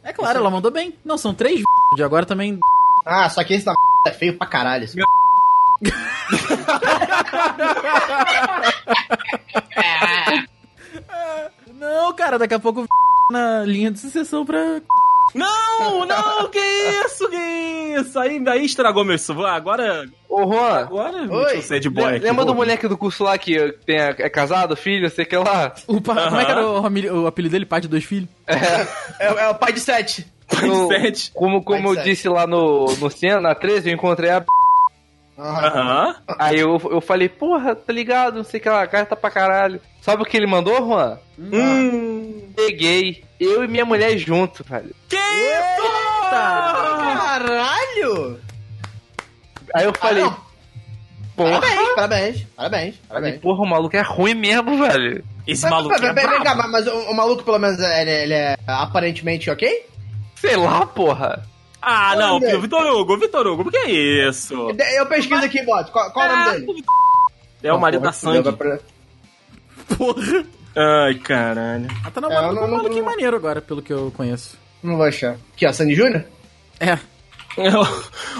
É claro, ela mandou bem. Não, são três de agora também. Ah, só que esse da é feio pra caralho. assim. Não, cara, daqui a pouco na linha de sucessão pra. Não, não, que isso, que isso. Aí, aí estragou meu isso. Agora. Ô, Juan, Agora. Oi. deixa eu ser de boy. aqui. lembra do moleque do curso lá que tem a- é casado, filho, sei que lá? O pa- Como é que era Aham. o, família- o apelido dele? Pai de dois filhos? É, é o pai de sete. é. No- Mindset. é como como eu Mindset. disse lá no, no Senna, na 13, eu encontrei a. Aham. Aí eu, eu falei, porra, tá ligado? Não sei o que lá, a cara tá pra caralho. Sabe o que ele mandou, Juan? Hum. Peguei. Eu e minha mulher junto, velho. Que isso? Caralho! Aí eu falei, Ah, não. Tá porra. Parabéns, parabéns, parabéns, Falei, parabéns. porra, o maluco é ruim mesmo, velho. Esse Mas- maluco. mas- É mas- vem cá, brabo. mas o, o maluco, pelo menos, ele, ele é aparentemente ok? Sei lá, porra. Ah, não, Olha. Vitor Hugo, Vitor Hugo, por que é isso? Ah, Eu pesquiso aqui, bota. Qual, qual é o nome dele? É o Tá marido da Sandy. Porra! Ai, caralho. Ela tá namorando namorando com com um um que maluquinho maneiro agora, pelo que eu conheço. Não vou achar. Aqui, ó, Sandy Júnior? É.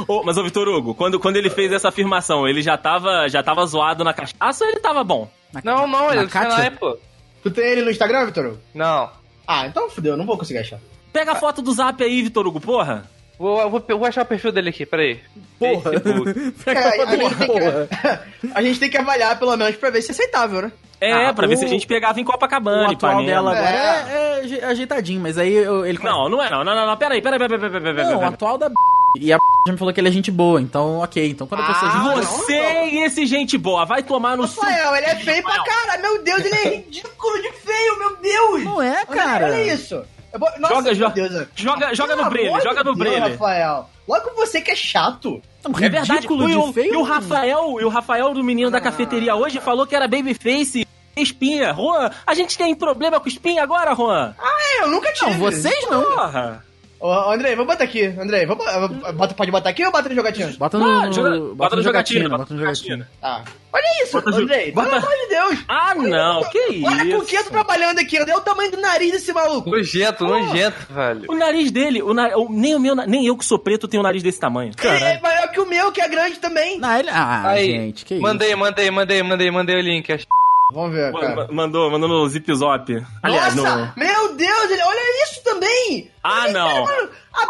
Ô, mas o Vitor Hugo, quando, quando ele fez essa afirmação, ele já tava, já tava zoado na cachaça ou ele tava bom? Não, não, ele é do Kátia? Senai, pô. Tu tem ele no Instagram, Vitor? Hugo? Não. Ah, então fudeu, não vou conseguir achar. Pega a foto do zap aí, Vitor Hugo, porra. Vou, eu vou, eu vou achar o perfil dele aqui, peraí. Porra! Facebook. Pega a É, foto a gente dele, tem porra. que- a gente tem que avaliar, pelo menos, pra ver se é aceitável, né? É, Ah, pra ver o- se a gente pegava em O Copacabana, atual Ipanema. dela agora É. é, é aje- ajeitadinho, mas aí eu- ele. Não, é não é não, não, não, não, peraí, peraí, peraí, peraí, peraí, peraí. Não, o peraí. atual da b... E a b... já me falou que ele é gente boa, então ok. Então quando a pessoa é gente Ah, boa. Você e esse gente boa, vai tomar no su... Rafael, ele é feio pra Rafael. cara, meu Deus, ele é ridículo de feio, meu Deus! Não é, cara. Olha isso! Eu vou- Nossa, Joga, meu joga, Deus. joga, joga Pelo no Brele, amor joga de no Deus, Brele. Rafael, logo você que é chato. Não, É verdade. ridículo e, de o, feio. e o Rafael, e o Rafael do menino da cafeteria hoje falou que era babyface e espinha. Juan, a gente tem problema com espinha agora, Juan? É, eu nunca tive. Não, vocês não. Porra. Ô, Andrei, vou botar aqui, Andrei, vou, bo- eu- bota, pode botar aqui ou bota no jogatinho? Bota no, Ah, no- joga- bota no jogatina, bota no jogatina. Tá. Olha isso, Bota ju- Andrei, bota- pelo amor de Deus! Ah, não, que Olha isso. com o que eu tô trabalhando aqui, Andrei, olha o tamanho do nariz desse maluco! Nojento, nojento, velho. O nariz dele, o na- o- nem, o meu, na- nem eu que sou preto tenho um nariz desse tamanho. Ele é maior que o meu, que é grande também. Não, ele... Ah, Aí, gente, que isso. mandei, mandei, mandei, mandei, mandei o link. É Acho- Vamos ver, Ma- cara. ma- Mandou, mandou no zip zop. Aliás, no. Nossa! Meu Deus, ele, olha isso também! Ah, não. Mano, a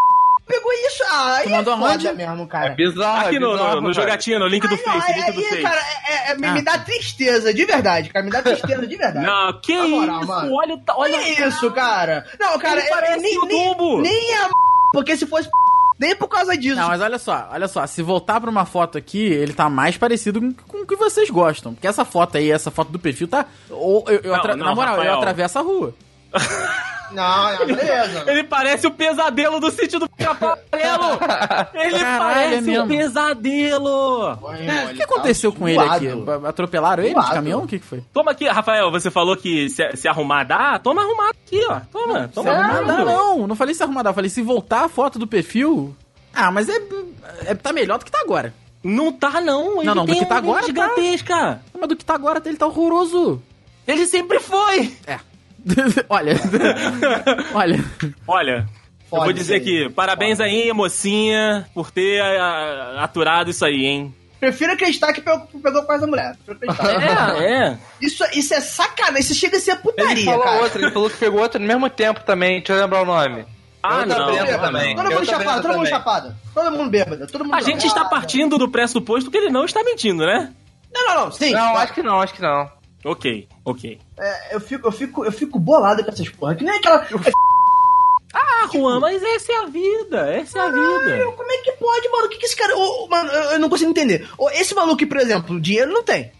pegou isso! Ah, aí Tu mandou é foda aonde? mesmo, É cara. bizarro, Aqui é no, bizarro, no, no cara. jogatina, o link do Aí, não, Face, aí, link do aí, Face. Ah. cara, é- é- me, me dá tristeza, de verdade, cara. Me dá tristeza, de verdade. Não, que Na moral, isso? mano. Olha, o ta- olha, Olha isso, cara. Não, cara, Ele eu- parece nem, o nem, Dumbo. nem a... Porque se fosse... Nem por causa disso. Não, mas olha só, olha só, se voltar pra uma foto aqui, ele tá mais parecido com, com o que vocês gostam. Porque essa foto aí, essa foto do perfil tá. Ou, eu, eu Não, atra- não, na moral, Rafael. eu atravesso a rua. Não, não, beleza. Ele parece o pesadelo do sítio do pica-pau amarelo! Ele Caralho, é parece mesmo. um pesadelo! É, o que aconteceu com ele aqui? zoado. Atropelaram ele de Zoado. caminhão? O que, que foi? Toma aqui, Rafael, você falou que se, se arrumar dá? Ah, Toma arrumado aqui, ó. Toma, Se toma arrumar, arrumado. não, não, não falei se arrumar, não. Eu Falei se voltar a foto do perfil. Ah, mas é, é- Tá melhor do que tá agora. Não tá, não. Ele Não, não, do tem que tá uma agora, tá. gigantesca. Mas do que tá agora, ele tá horroroso. Ele sempre foi. É. olha. olha. Olha, eu vou Foda, dizer gente. aqui, parabéns aí, mocinha, por ter a- aturado isso aí, hein? Prefiro acreditar que pegou, pegou quase a mulher. Prefiro acreditar. É, é. Isso, isso é sacanagem. Isso chega a ser putaria, Ele falou cara. outro, ele falou que pegou outro no mesmo tempo também, deixa eu lembrar o nome. Ah, Eu tô não. aprendendo não, também. não. Todo mundo Eu tô chapado, vendo todo mundo também. chapado. Todo mundo bêbado, todo mundo A gente está partindo do pressuposto que ele não está mentindo, né? Não, não, não. Sim. Não, Não, acho que não, acho que não. Ok, ok. é, eu, fico, eu, fico, eu fico bolado com essas porra. Que nem aquela... Ah, Juan, Tipo, mas essa é a vida, essa é a vida. Meu, como é que pode, mano? O que que esse cara... Ô, ô, mano, eu eu não consigo entender. Ô, Esse maluco, aqui, por exemplo, dinheiro não tem.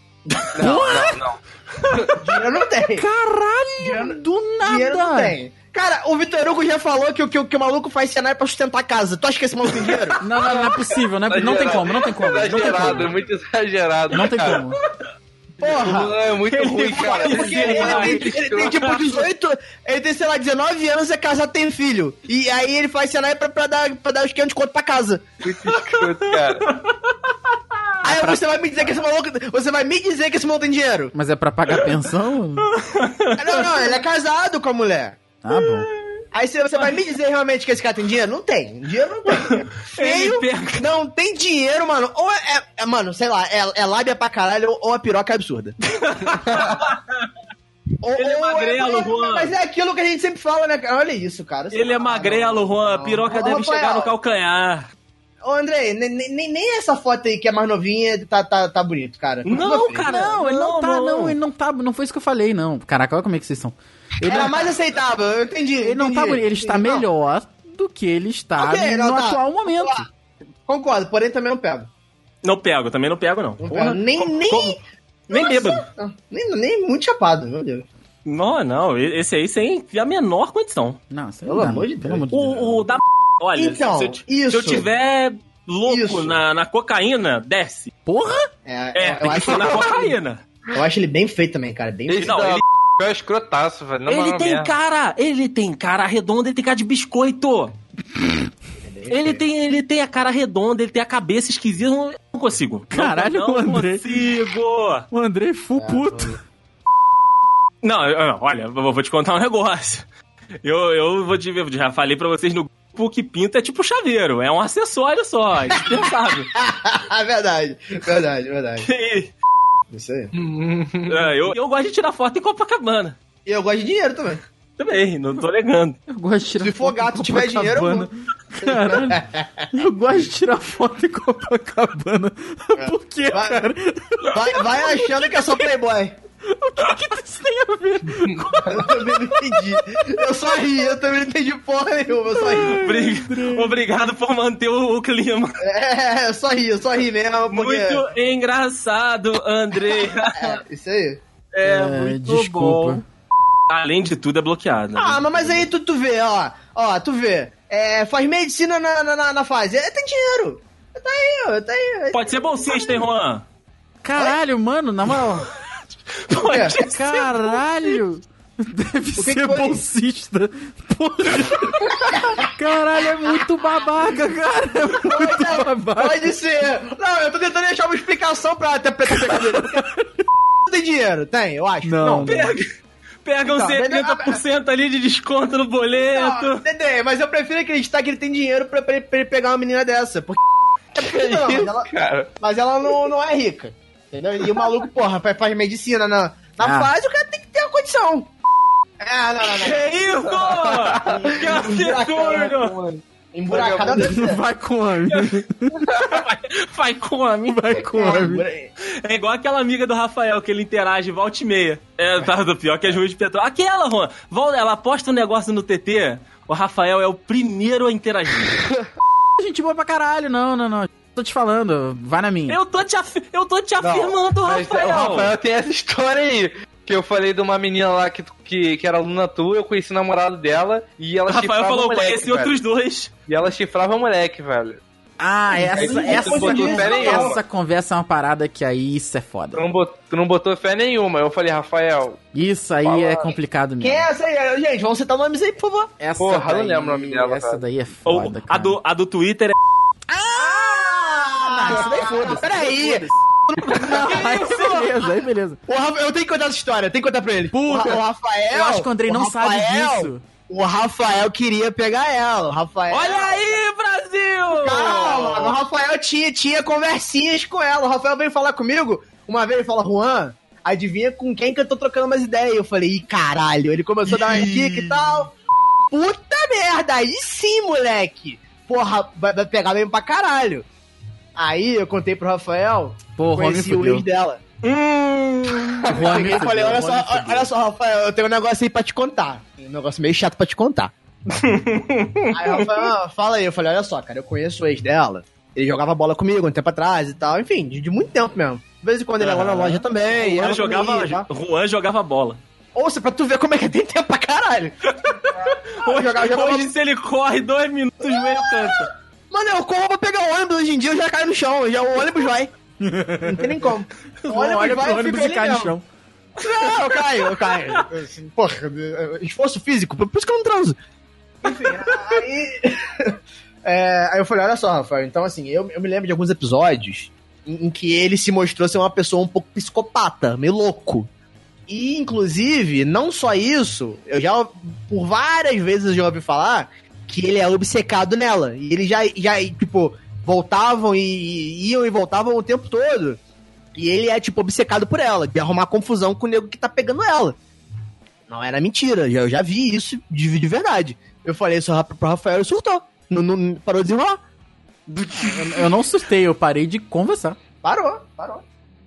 Não, não, não. Dinheiro não tem. Caralho, do Dinheiro não nada. tem. Cara, o Vitor Hugo já falou que, o- que, o- que o maluco faz cenário pra sustentar a casa. Tu acha que esse maluco tem dinheiro? Não, não, não é possível, não, é, não tem como, não tem como. Não tem Exagerado, é como. muito exagerado. Não tem cara. como. Porra! É muito Ele ruim, cara. faz Porque ele, ele tem, ele tem, tipo 18, ele tem, sei lá, 19 anos, é casado, tem filho. E aí ele faz cenário pra, pra, dar, pra dar os 500 conto pra casa. Muito escroto, cara. Aí você vai me dizer que esse maluco. Você vai me dizer que esse maluco tem dinheiro. Mas é pra pagar pensão? Não, não, ele é casado com a mulher. Ah, bom. Aí você, você vai me dizer realmente que esse cara tem dinheiro? Não tem. Dinheiro não tem. É Feio, Ele pega- não tem dinheiro, mano. Ou é, é- mano, sei lá, é, é lábia pra caralho ou a piroca é absurda. Ou- Ele é ou magrelo, mas- Juan. Mas é aquilo que a gente sempre fala, né, cara? Olha isso, cara. Sei Ele é lá, magrelo, Juan, a não. piroca Ô, deve Rafael. chegar no calcanhar. não. Ô, Andrei, nem, nem, nem essa foto aí que é mais novinha tá, tá, tá bonito, cara. Não, cara, Não, ele não, tá, não, ele não tá, não foi isso que eu falei, não. Caraca, olha como é que vocês são. Ele Era não, é mais aceitável, eu entendi. ele não tá entendi, bonito, ele está entendi. Não, melhor do que ele está Ok, no não tá. atual momento. Concordo, porém também não pego. Não pego, também não pego, não. Não Porra, pego. Nem, como- nem, como- Nem bêbado. não, nem, nem muito chapado, meu Deus. Não, não, esse aí sem a menor condição. Não, isso aí Pelo não dá, amor de não, Deus. O, o da. Olha, Então, se, eu, ti- isso. se eu tiver louco Isso. na, na cocaína, desce. Porra! É, É, é, eu, tem que acho, ser na cocaína. eu acho ele bem feito também, cara. Bem Esse feito. Não, da... ele- é escrotaço, velho. Na ele moral tem mesmo. cara, ele tem cara redonda, ele tem cara de biscoito. ele, tem, ele tem a cara redonda, ele tem a cabeça esquisita, eu não, eu não consigo. Não- Caralho, não, o André. consigo. O André é É, full puto. Não, eu- eu- olha, eu vou vou te contar um negócio. Eu, eu vou te eu já falei pra vocês no grupo que pinta é tipo chaveiro, é um acessório só, é dispensável. Ah, verdade, verdade, verdade. E, Isso aí. é, eu, eu gosto de tirar foto em Copacabana. E eu gosto de dinheiro também. Também, não tô negando. Eu gosto de tirar Se for foto em gato, tiver dinheiro, eu Copacabana. Caralho, eu gosto de tirar foto em Copacabana. Por quê, É. Vai- cara? Vai, vai achando que eu sou playboy. O que, que isso tem a ver? Eu também não entendi. Eu só ri, eu também não entendi porra nenhuma, eu só ri. Obri- Obrigado por manter o, o clima. É, eu só ri, eu só ri mesmo. Porque... Muito engraçado, André. É, isso aí. É, É, muito desculpa. bom. Além de tudo, é bloqueado. né? Ah, mas- mas aí tu, tu vê, ó. Ó, tu vê. É, faz medicina na, na, na- na fase. É, tem dinheiro. Tá aí, ó, tá aí. Pode ser bolsista, hein, Juan? Caralho, mano, na moral. Pode É. ser. Caralho! Deve que ser foi? bolsista. Porra. Caralho, é muito babaca, cara. É muito babaca. Pode ser. Não, eu tô tentando deixar uma explicação pra até pra- pra- pra- Tem dinheiro, tem, eu acho. Não, não. Pega, pega um uns Tá, mas- 70% ali de desconto no Não, boleto. Dedê, mas eu prefiro acreditar que ele tem dinheiro pra, pra ele- pra ele pegar uma menina dessa. Porque. Não, mas ela, Cara, mas ela não, não é rica. Entendeu? E o maluco, porra, faz, faz medicina na. Na Ah. fase, o cara tem que ter uma condição. Ah, não, não, não. Que isso? que absurdo! Emburacada Vai com a Vai, vai come. vai com a É igual aquela amiga do Rafael que ele interage volta e meia. É, tá do pior que as ruas de Petrópolis. Aquela, Juan, volta- ela aposta um negócio no TT, o Rafael é o primeiro a interagir. Gente boa pra caralho, não, não, não. Tô te falando, vai na minha. Eu tô te, af- eu tô te Não, afirmando, mas é Rafael. O Rafael tem essa história aí. Que eu falei de uma menina lá que, que, que era aluna tua, eu conheci o namorado dela e ela O Rafael chifrava falou, moleque, conheci velho. outros dois. E ela chifrava moleque, velho. Ah, essa, Isso, essa, isso, isso, essa, isso. conversa é uma parada que aí isso é Tu foda. não, bot- tu não botou fé nenhuma. Eu falei, Rafael, Isso aí Fala. é complicado mesmo. Quem é essa aí? Gente, vamos citar nomes aí, por favor. Essa Porra, eu não daí- lembro o nome dela, Essa cara. daí é Ou, foda, a, cara. do, a do Twitter é. Ah, isso daí foda-se. Peraí. Não, aí beleza, aí beleza. O Rafa- eu tenho que contar essa história, eu tenho que contar pra ele. Puta. O, Ra- o Rafael. Eu acho que o Andrei não sabe Rafael- disso. O Rafael queria pegar ela. O Rafael. Olha aí, Brasil! Calma, o Rafael tinha, tinha conversinhas com ela. O Rafael veio falar comigo. Uma vez ele fala, Juan, adivinha com quem que eu tô trocando umas ideias? Eu falei, ih, caralho. Ele começou a dar uma dica e tal. Puta merda, aí sim, moleque. Porra, vai, vai pegar mesmo pra caralho. Aí eu contei pro Rafael, Porra, homem conheci o fudeu. ex dela. Hum, Porra, homem Peguei e fudeu, falei, olha homem só, olha- fudeu. olha só, Rafael, eu tenho um negócio aí pra te contar. Tem Um negócio meio chato pra te contar. aí o Rafael, ah, fala aí. Eu falei, olha só, cara, eu conheço o ex dela. Ele jogava bola comigo um tempo atrás e tal. Enfim, de, de muito tempo mesmo. De vez em quando ele ia lá na Aham. loja também. Juan ela jogava, comigo, tá? Juan jogava bola. Ouça, pra tu ver como é que tem tempo pra caralho. Hoje, jogava- jogava- hoje, se ele corre dois minutos, o joelho canta. Mano, eu corro pra pegar o ônibus hoje em dia, eu já caio no chão. Já, o ônibus vai. Não tem nem como. O Olha, olha pro ônibus e ali cai no mesmo. chão. Não, eu caio, eu caio. Assim, Porra, esforço físico, por isso que eu não transo. Enfim, aí. É, aí eu falei: olha só, Rafael, então assim, eu, eu me lembro de alguns episódios em, em que ele se mostrou ser uma pessoa um pouco psicopata, meio louco. E, inclusive, não só isso, eu já, por várias vezes, eu já ouvi falar que ele é obcecado nela. E ele já, já tipo, voltavam e iam e voltavam o tempo todo. E ele é, tipo, obcecado por ela, de arrumar confusão com o nego que tá pegando ela. Não era mentira, já- eu já vi isso de, de verdade. Eu falei isso ra- pro Rafael ele surtou. Não, não- parou de desenrolar. Eu não assustei, eu parei de conversar. Parou, parou.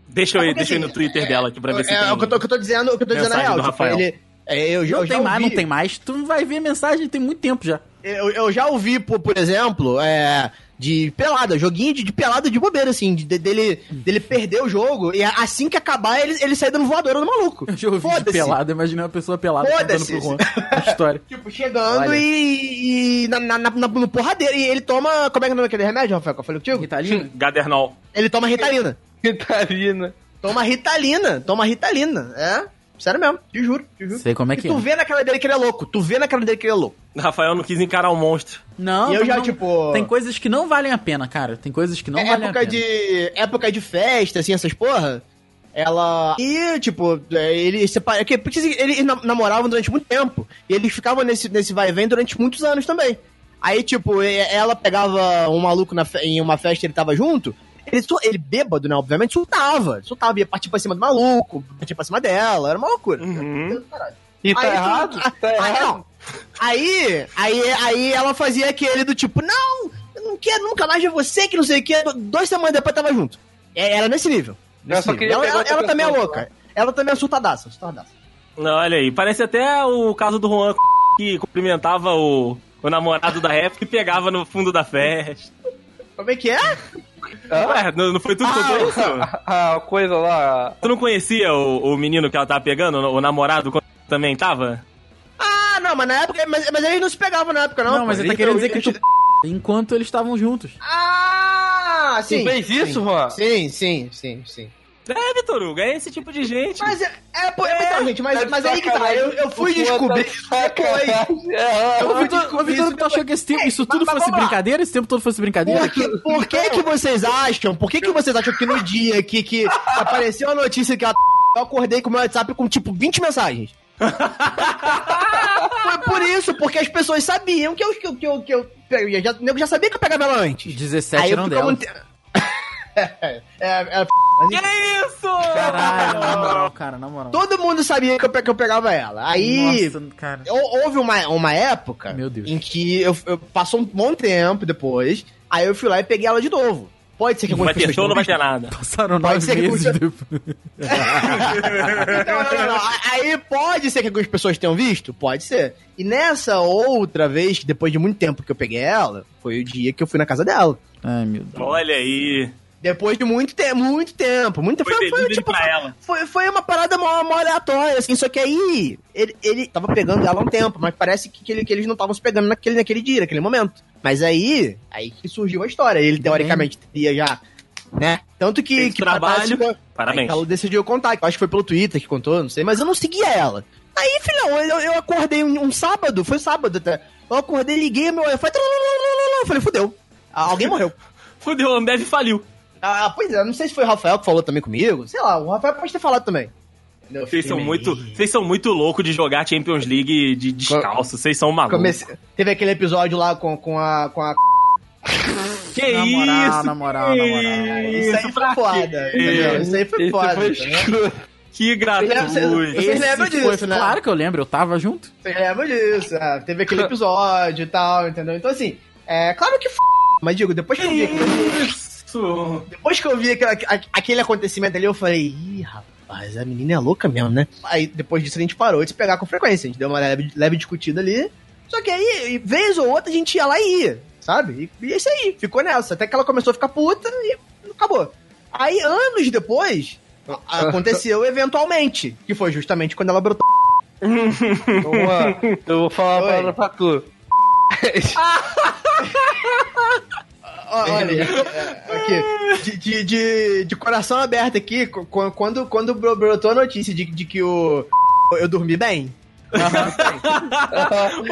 Deixa eu É ir, porque, deixa eu ir assim, no Twitter dela aqui pra ver se É, tem. é o, que eu tô, o que eu tô dizendo, o que eu tô dizendo é Mensagem real. do tipo, Rafael. ele- é, eu, já- Não eu já tem mais, ouvi- não tem mais. Tu vai ver mensagem, tem muito tempo já. Eu, eu já ouvi, por, por exemplo, é, de pelada, joguinho de, de pelada de bobeira, assim, de- de- dele, dele perder o jogo e a- assim que acabar ele, ele sai dando voadora no maluco. Eu já ouvi de Foda-se. pelado, imaginei uma pessoa pelada contando Foda-se. pro Juan a história. Tipo, chegando Olha. e, e na, na, na, na- no porradeiro. E ele toma. Como é que é o nome daquele remédio, Rafael? Que eu falei contigo? Ritalina? Hum, Gadernol. Ele toma ritalina. tá Catarina. Toma ritalina. Toma ritalina. É? Sério mesmo. Te juro, te juro. Sei como é e que tu é. vê na cara dele que ele é louco. Tu vê na cara dele que ele é louco. Rafael não quis encarar o monstro. Não, E eu já, não- tipo- Tem coisas que não valem a pena, cara. Tem coisas que não é valem a época pena. de. Época de festa, assim, essas porra. Ela. E, tipo, é, ele separa. que- Porque assim, eles nam- namoravam durante muito tempo. E eles ficavam nesse, nesse vai e vem durante muitos anos também. Aí, tipo, e- ela pegava um maluco na fe- em uma festa ele tava junto. Ele, su- ele bêbado, né? Obviamente, surtava. Surtava, ia partir pra cima do maluco, partir pra cima dela. Era um uma loucura. Uhum. E tá Aí tu- errado? ah, Tá ah, errado? não. Aí, aí, aí ela fazia aquele do tipo, não, eu não quero nunca mais ver você, que não sei o que. Dois semanas depois tava junto. É, Era nesse nível. Eu Nesse só nível. queria Ela, pegar ela- outra ela também é pessoa. tá? louca. Ela também é surtadaça, surtadaça. Olha aí, parece até o caso do Juan que cumprimentava o, o namorado da época e pegava no fundo da festa. Como é que é? Ué, não, não foi tudo que eu conheço? Ah, a coisa lá. Tu não conhecia o, o menino que ela tava pegando, o namorado quando também tava? Ah, não, mas na época. Mas, mas eles não se pegavam na época, não. Não, mas pô. ele tá Eles- querendo dizer que eles- tu... Enquanto eles estavam juntos. Ah, Tu sim. fez isso, sim. Juan? Sim, sim, sim, sim. É, Vitor Hugo, é esse tipo de gente. Mas é, é, pô, é, então, gente, mas, de mas aí que tá. sacanagem. Eu, eu fui O Juan tá descobrir de depois. sacanagem. É, Ô, Eu Vitor, descobri ô, Vitor, isso tu achou que esse tempo, isso tudo Mas- mas fosse vamos lá. brincadeira? Esse tempo todo fosse brincadeira? Por que, por que que vocês acham? Por que que vocês acham que no dia que, que apareceu a notícia que a eu acordei com o meu WhatsApp com tipo 20 mensagens? Foi por isso, porque as pessoas sabiam que eu. Que eu, que eu, que eu, eu já, o nego já sabia que eu pegava ela antes. 17 eu eram ficava dela. um te- É, é, Que isso? Caralho, na moral, cara, na moral. todo mundo sabia que eu, pe- que eu pegava ela. Aí Nossa, cara. hou- houve uma, uma época Meu Deus. em que eu, eu- passou um bom tempo depois, aí eu fui lá e peguei ela de novo. Pode ser que Vai algumas ter show, pessoas não vai ter nada. Passaram Pode nove ser que meses você- depois. Então, Não, não, não, não. Aí pode ser que algumas pessoas tenham visto? Pode ser. E nessa outra vez, que depois de muito tempo que eu peguei ela, foi o dia que eu fui na casa dela. Ai, meu Deus. Olha aí. Depois de muito tempo, muito tempo, muito Foi tempo. Foi, pedido tipo, pra ela. foi, foi uma parada mó, mó aleatória, assim, só que aí ele, ele tava pegando ela há um tempo, mas parece que, que, ele- que eles não estavam se pegando naquele, naquele dia, naquele momento. Mas aí, aí que surgiu a história. Ele teoricamente teria já, né? Tanto que, Fez que trabalho. participou- Parabéns. Aí ela decidiu contar, que eu acho que foi pelo Twitter que contou, não sei, mas eu não seguia ela. Aí, filhão, eu, eu acordei um, um sábado, foi sábado até. Eu acordei, liguei meu eu falei, "Tralalalalala", eu falei, fudeu. Ah, Alguém morreu. Fudeu, a Ambev faliu. Ah, pois é, não sei se foi o Rafael que falou também comigo, sei lá, o Rafael pode ter falado também. Eu Vocês são fiquei muito, meio- vocês são muito loucos de jogar Champions League de descalço. Vocês são malucos. Comecei- Teve aquele episódio lá com, com a. Com a... Que Na isso? moral, na moral, na moral. Isso aí foi pra foda. quê? entendeu? Isso aí foi Esse foda. né? foi entendeu? escroto. Que gratuito. Vocês lembram Esse disso, né? Claro que eu lembro, eu tava junto. Você lembra disso, né? Teve aquele episódio e tal, entendeu? Então, assim, é claro que f... Mas digo, depois que eu vi, Isso. depois que eu vi aquela- a- aquele acontecimento ali, eu falei, ih, rapaz, a menina é louca mesmo, né? Aí depois disso a gente parou de se pegar com frequência, a gente deu uma leve, leve discutida ali. Só que aí, vez ou outra, a gente ia lá e ia, sabe? E, e é isso aí, ficou nessa. Até que ela começou a ficar puta e acabou. Aí, anos depois, a- aconteceu eventualmente, que foi justamente quando ela brotou. Juan, eu vou falar Oi. Ah, uma palavra pra tu. Olha, é, aqui, de, de, de, de coração aberto aqui, co- co- quando, quando bro- brotou a notícia de, de que o. Eu dormi bem.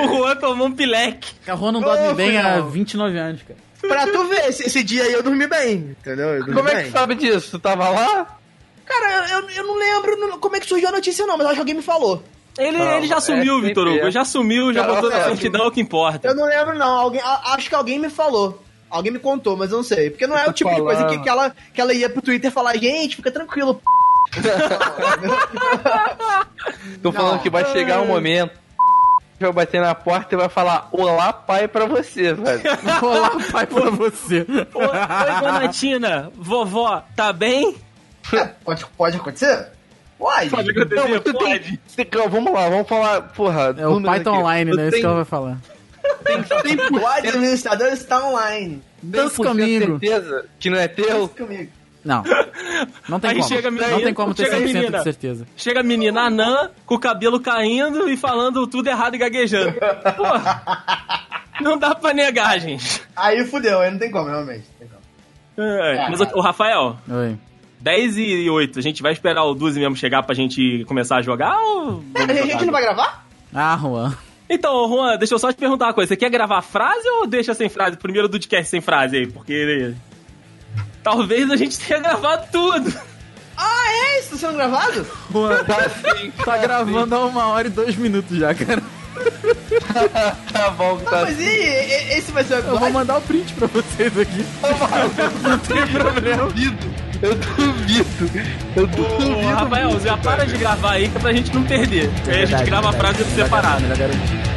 O Juan tomou um pileque. A Rua não dorme Ô, bem há filhão. 29 anos, cara. Pra tu ver, esse, esse dia aí eu dormi bem, entendeu? Eu dormi Como é bem. que sabe disso? Tu tava lá? Cara, eu, eu não lembro não- como é que surgiu a notícia, não, mas acho que alguém me falou. Ele, Não, ele já é sumiu, sempre Vitor Hugo. é. Já sumiu, já Cara, botou na é. certidão, é o que Eu importa. não lembro, não. Alguém, a- acho que alguém me falou. Alguém me contou, mas eu não sei. Porque não é o tipo de coisa que, que, ela, que ela ia pro Twitter falar, gente, fica tranquilo. p***". Tô falando que vai chegar um momento. Vai bater na porta e vai falar Olá, pai, pra você, velho. Olá, pai, pra você. Oi, oi, dona Tina. Vovó, tá bem? é, Pode, pode acontecer? Pode. Não, mas tu tem- tem- calma, vamos lá, vamos falar, porra. É o números tá Python aqui. Online, Tu né? Isso é tem- que ela vai falar. Tem O administrador está online. Dança por comigo. certeza que não é teu? Comigo. Não. Não tem Aí como. chega a menina- não tem como ter chega a 100% menina. de certeza. Chega a menina anã, com o cabelo caindo e falando tudo errado e gaguejando. Porra, não dá pra negar, gente. Aí fudeu, aí não tem como, realmente. não tem como. É, mas o, o Rafael, Oi. 10 e 8, a gente vai esperar o 12 mesmo chegar pra gente começar a jogar ou... vamos A gente, a jogar gente não vai gravar? Ah, Juan. Então, Juan, deixa eu só te perguntar uma coisa. Você quer gravar frase ou deixa sem frase? Primeiro do podcast sem frase aí, porque... Talvez a gente tenha gravado tudo. Ah, é? Isso tá sendo gravado? Juan Tá assim. sim, tá gravando há uma hora e dois minutos já, cara. tá bom, Não, tá mas e, e- esse vai ser o Eu vou episódio? mandar o print pra vocês aqui. Não tem problema. duvido. tá Eu duvido. Eu duvido. Ô, Rafael, já para de gravar aí que é pra gente não perder. aí a gente É, grava a frase separada. Melhor garantir.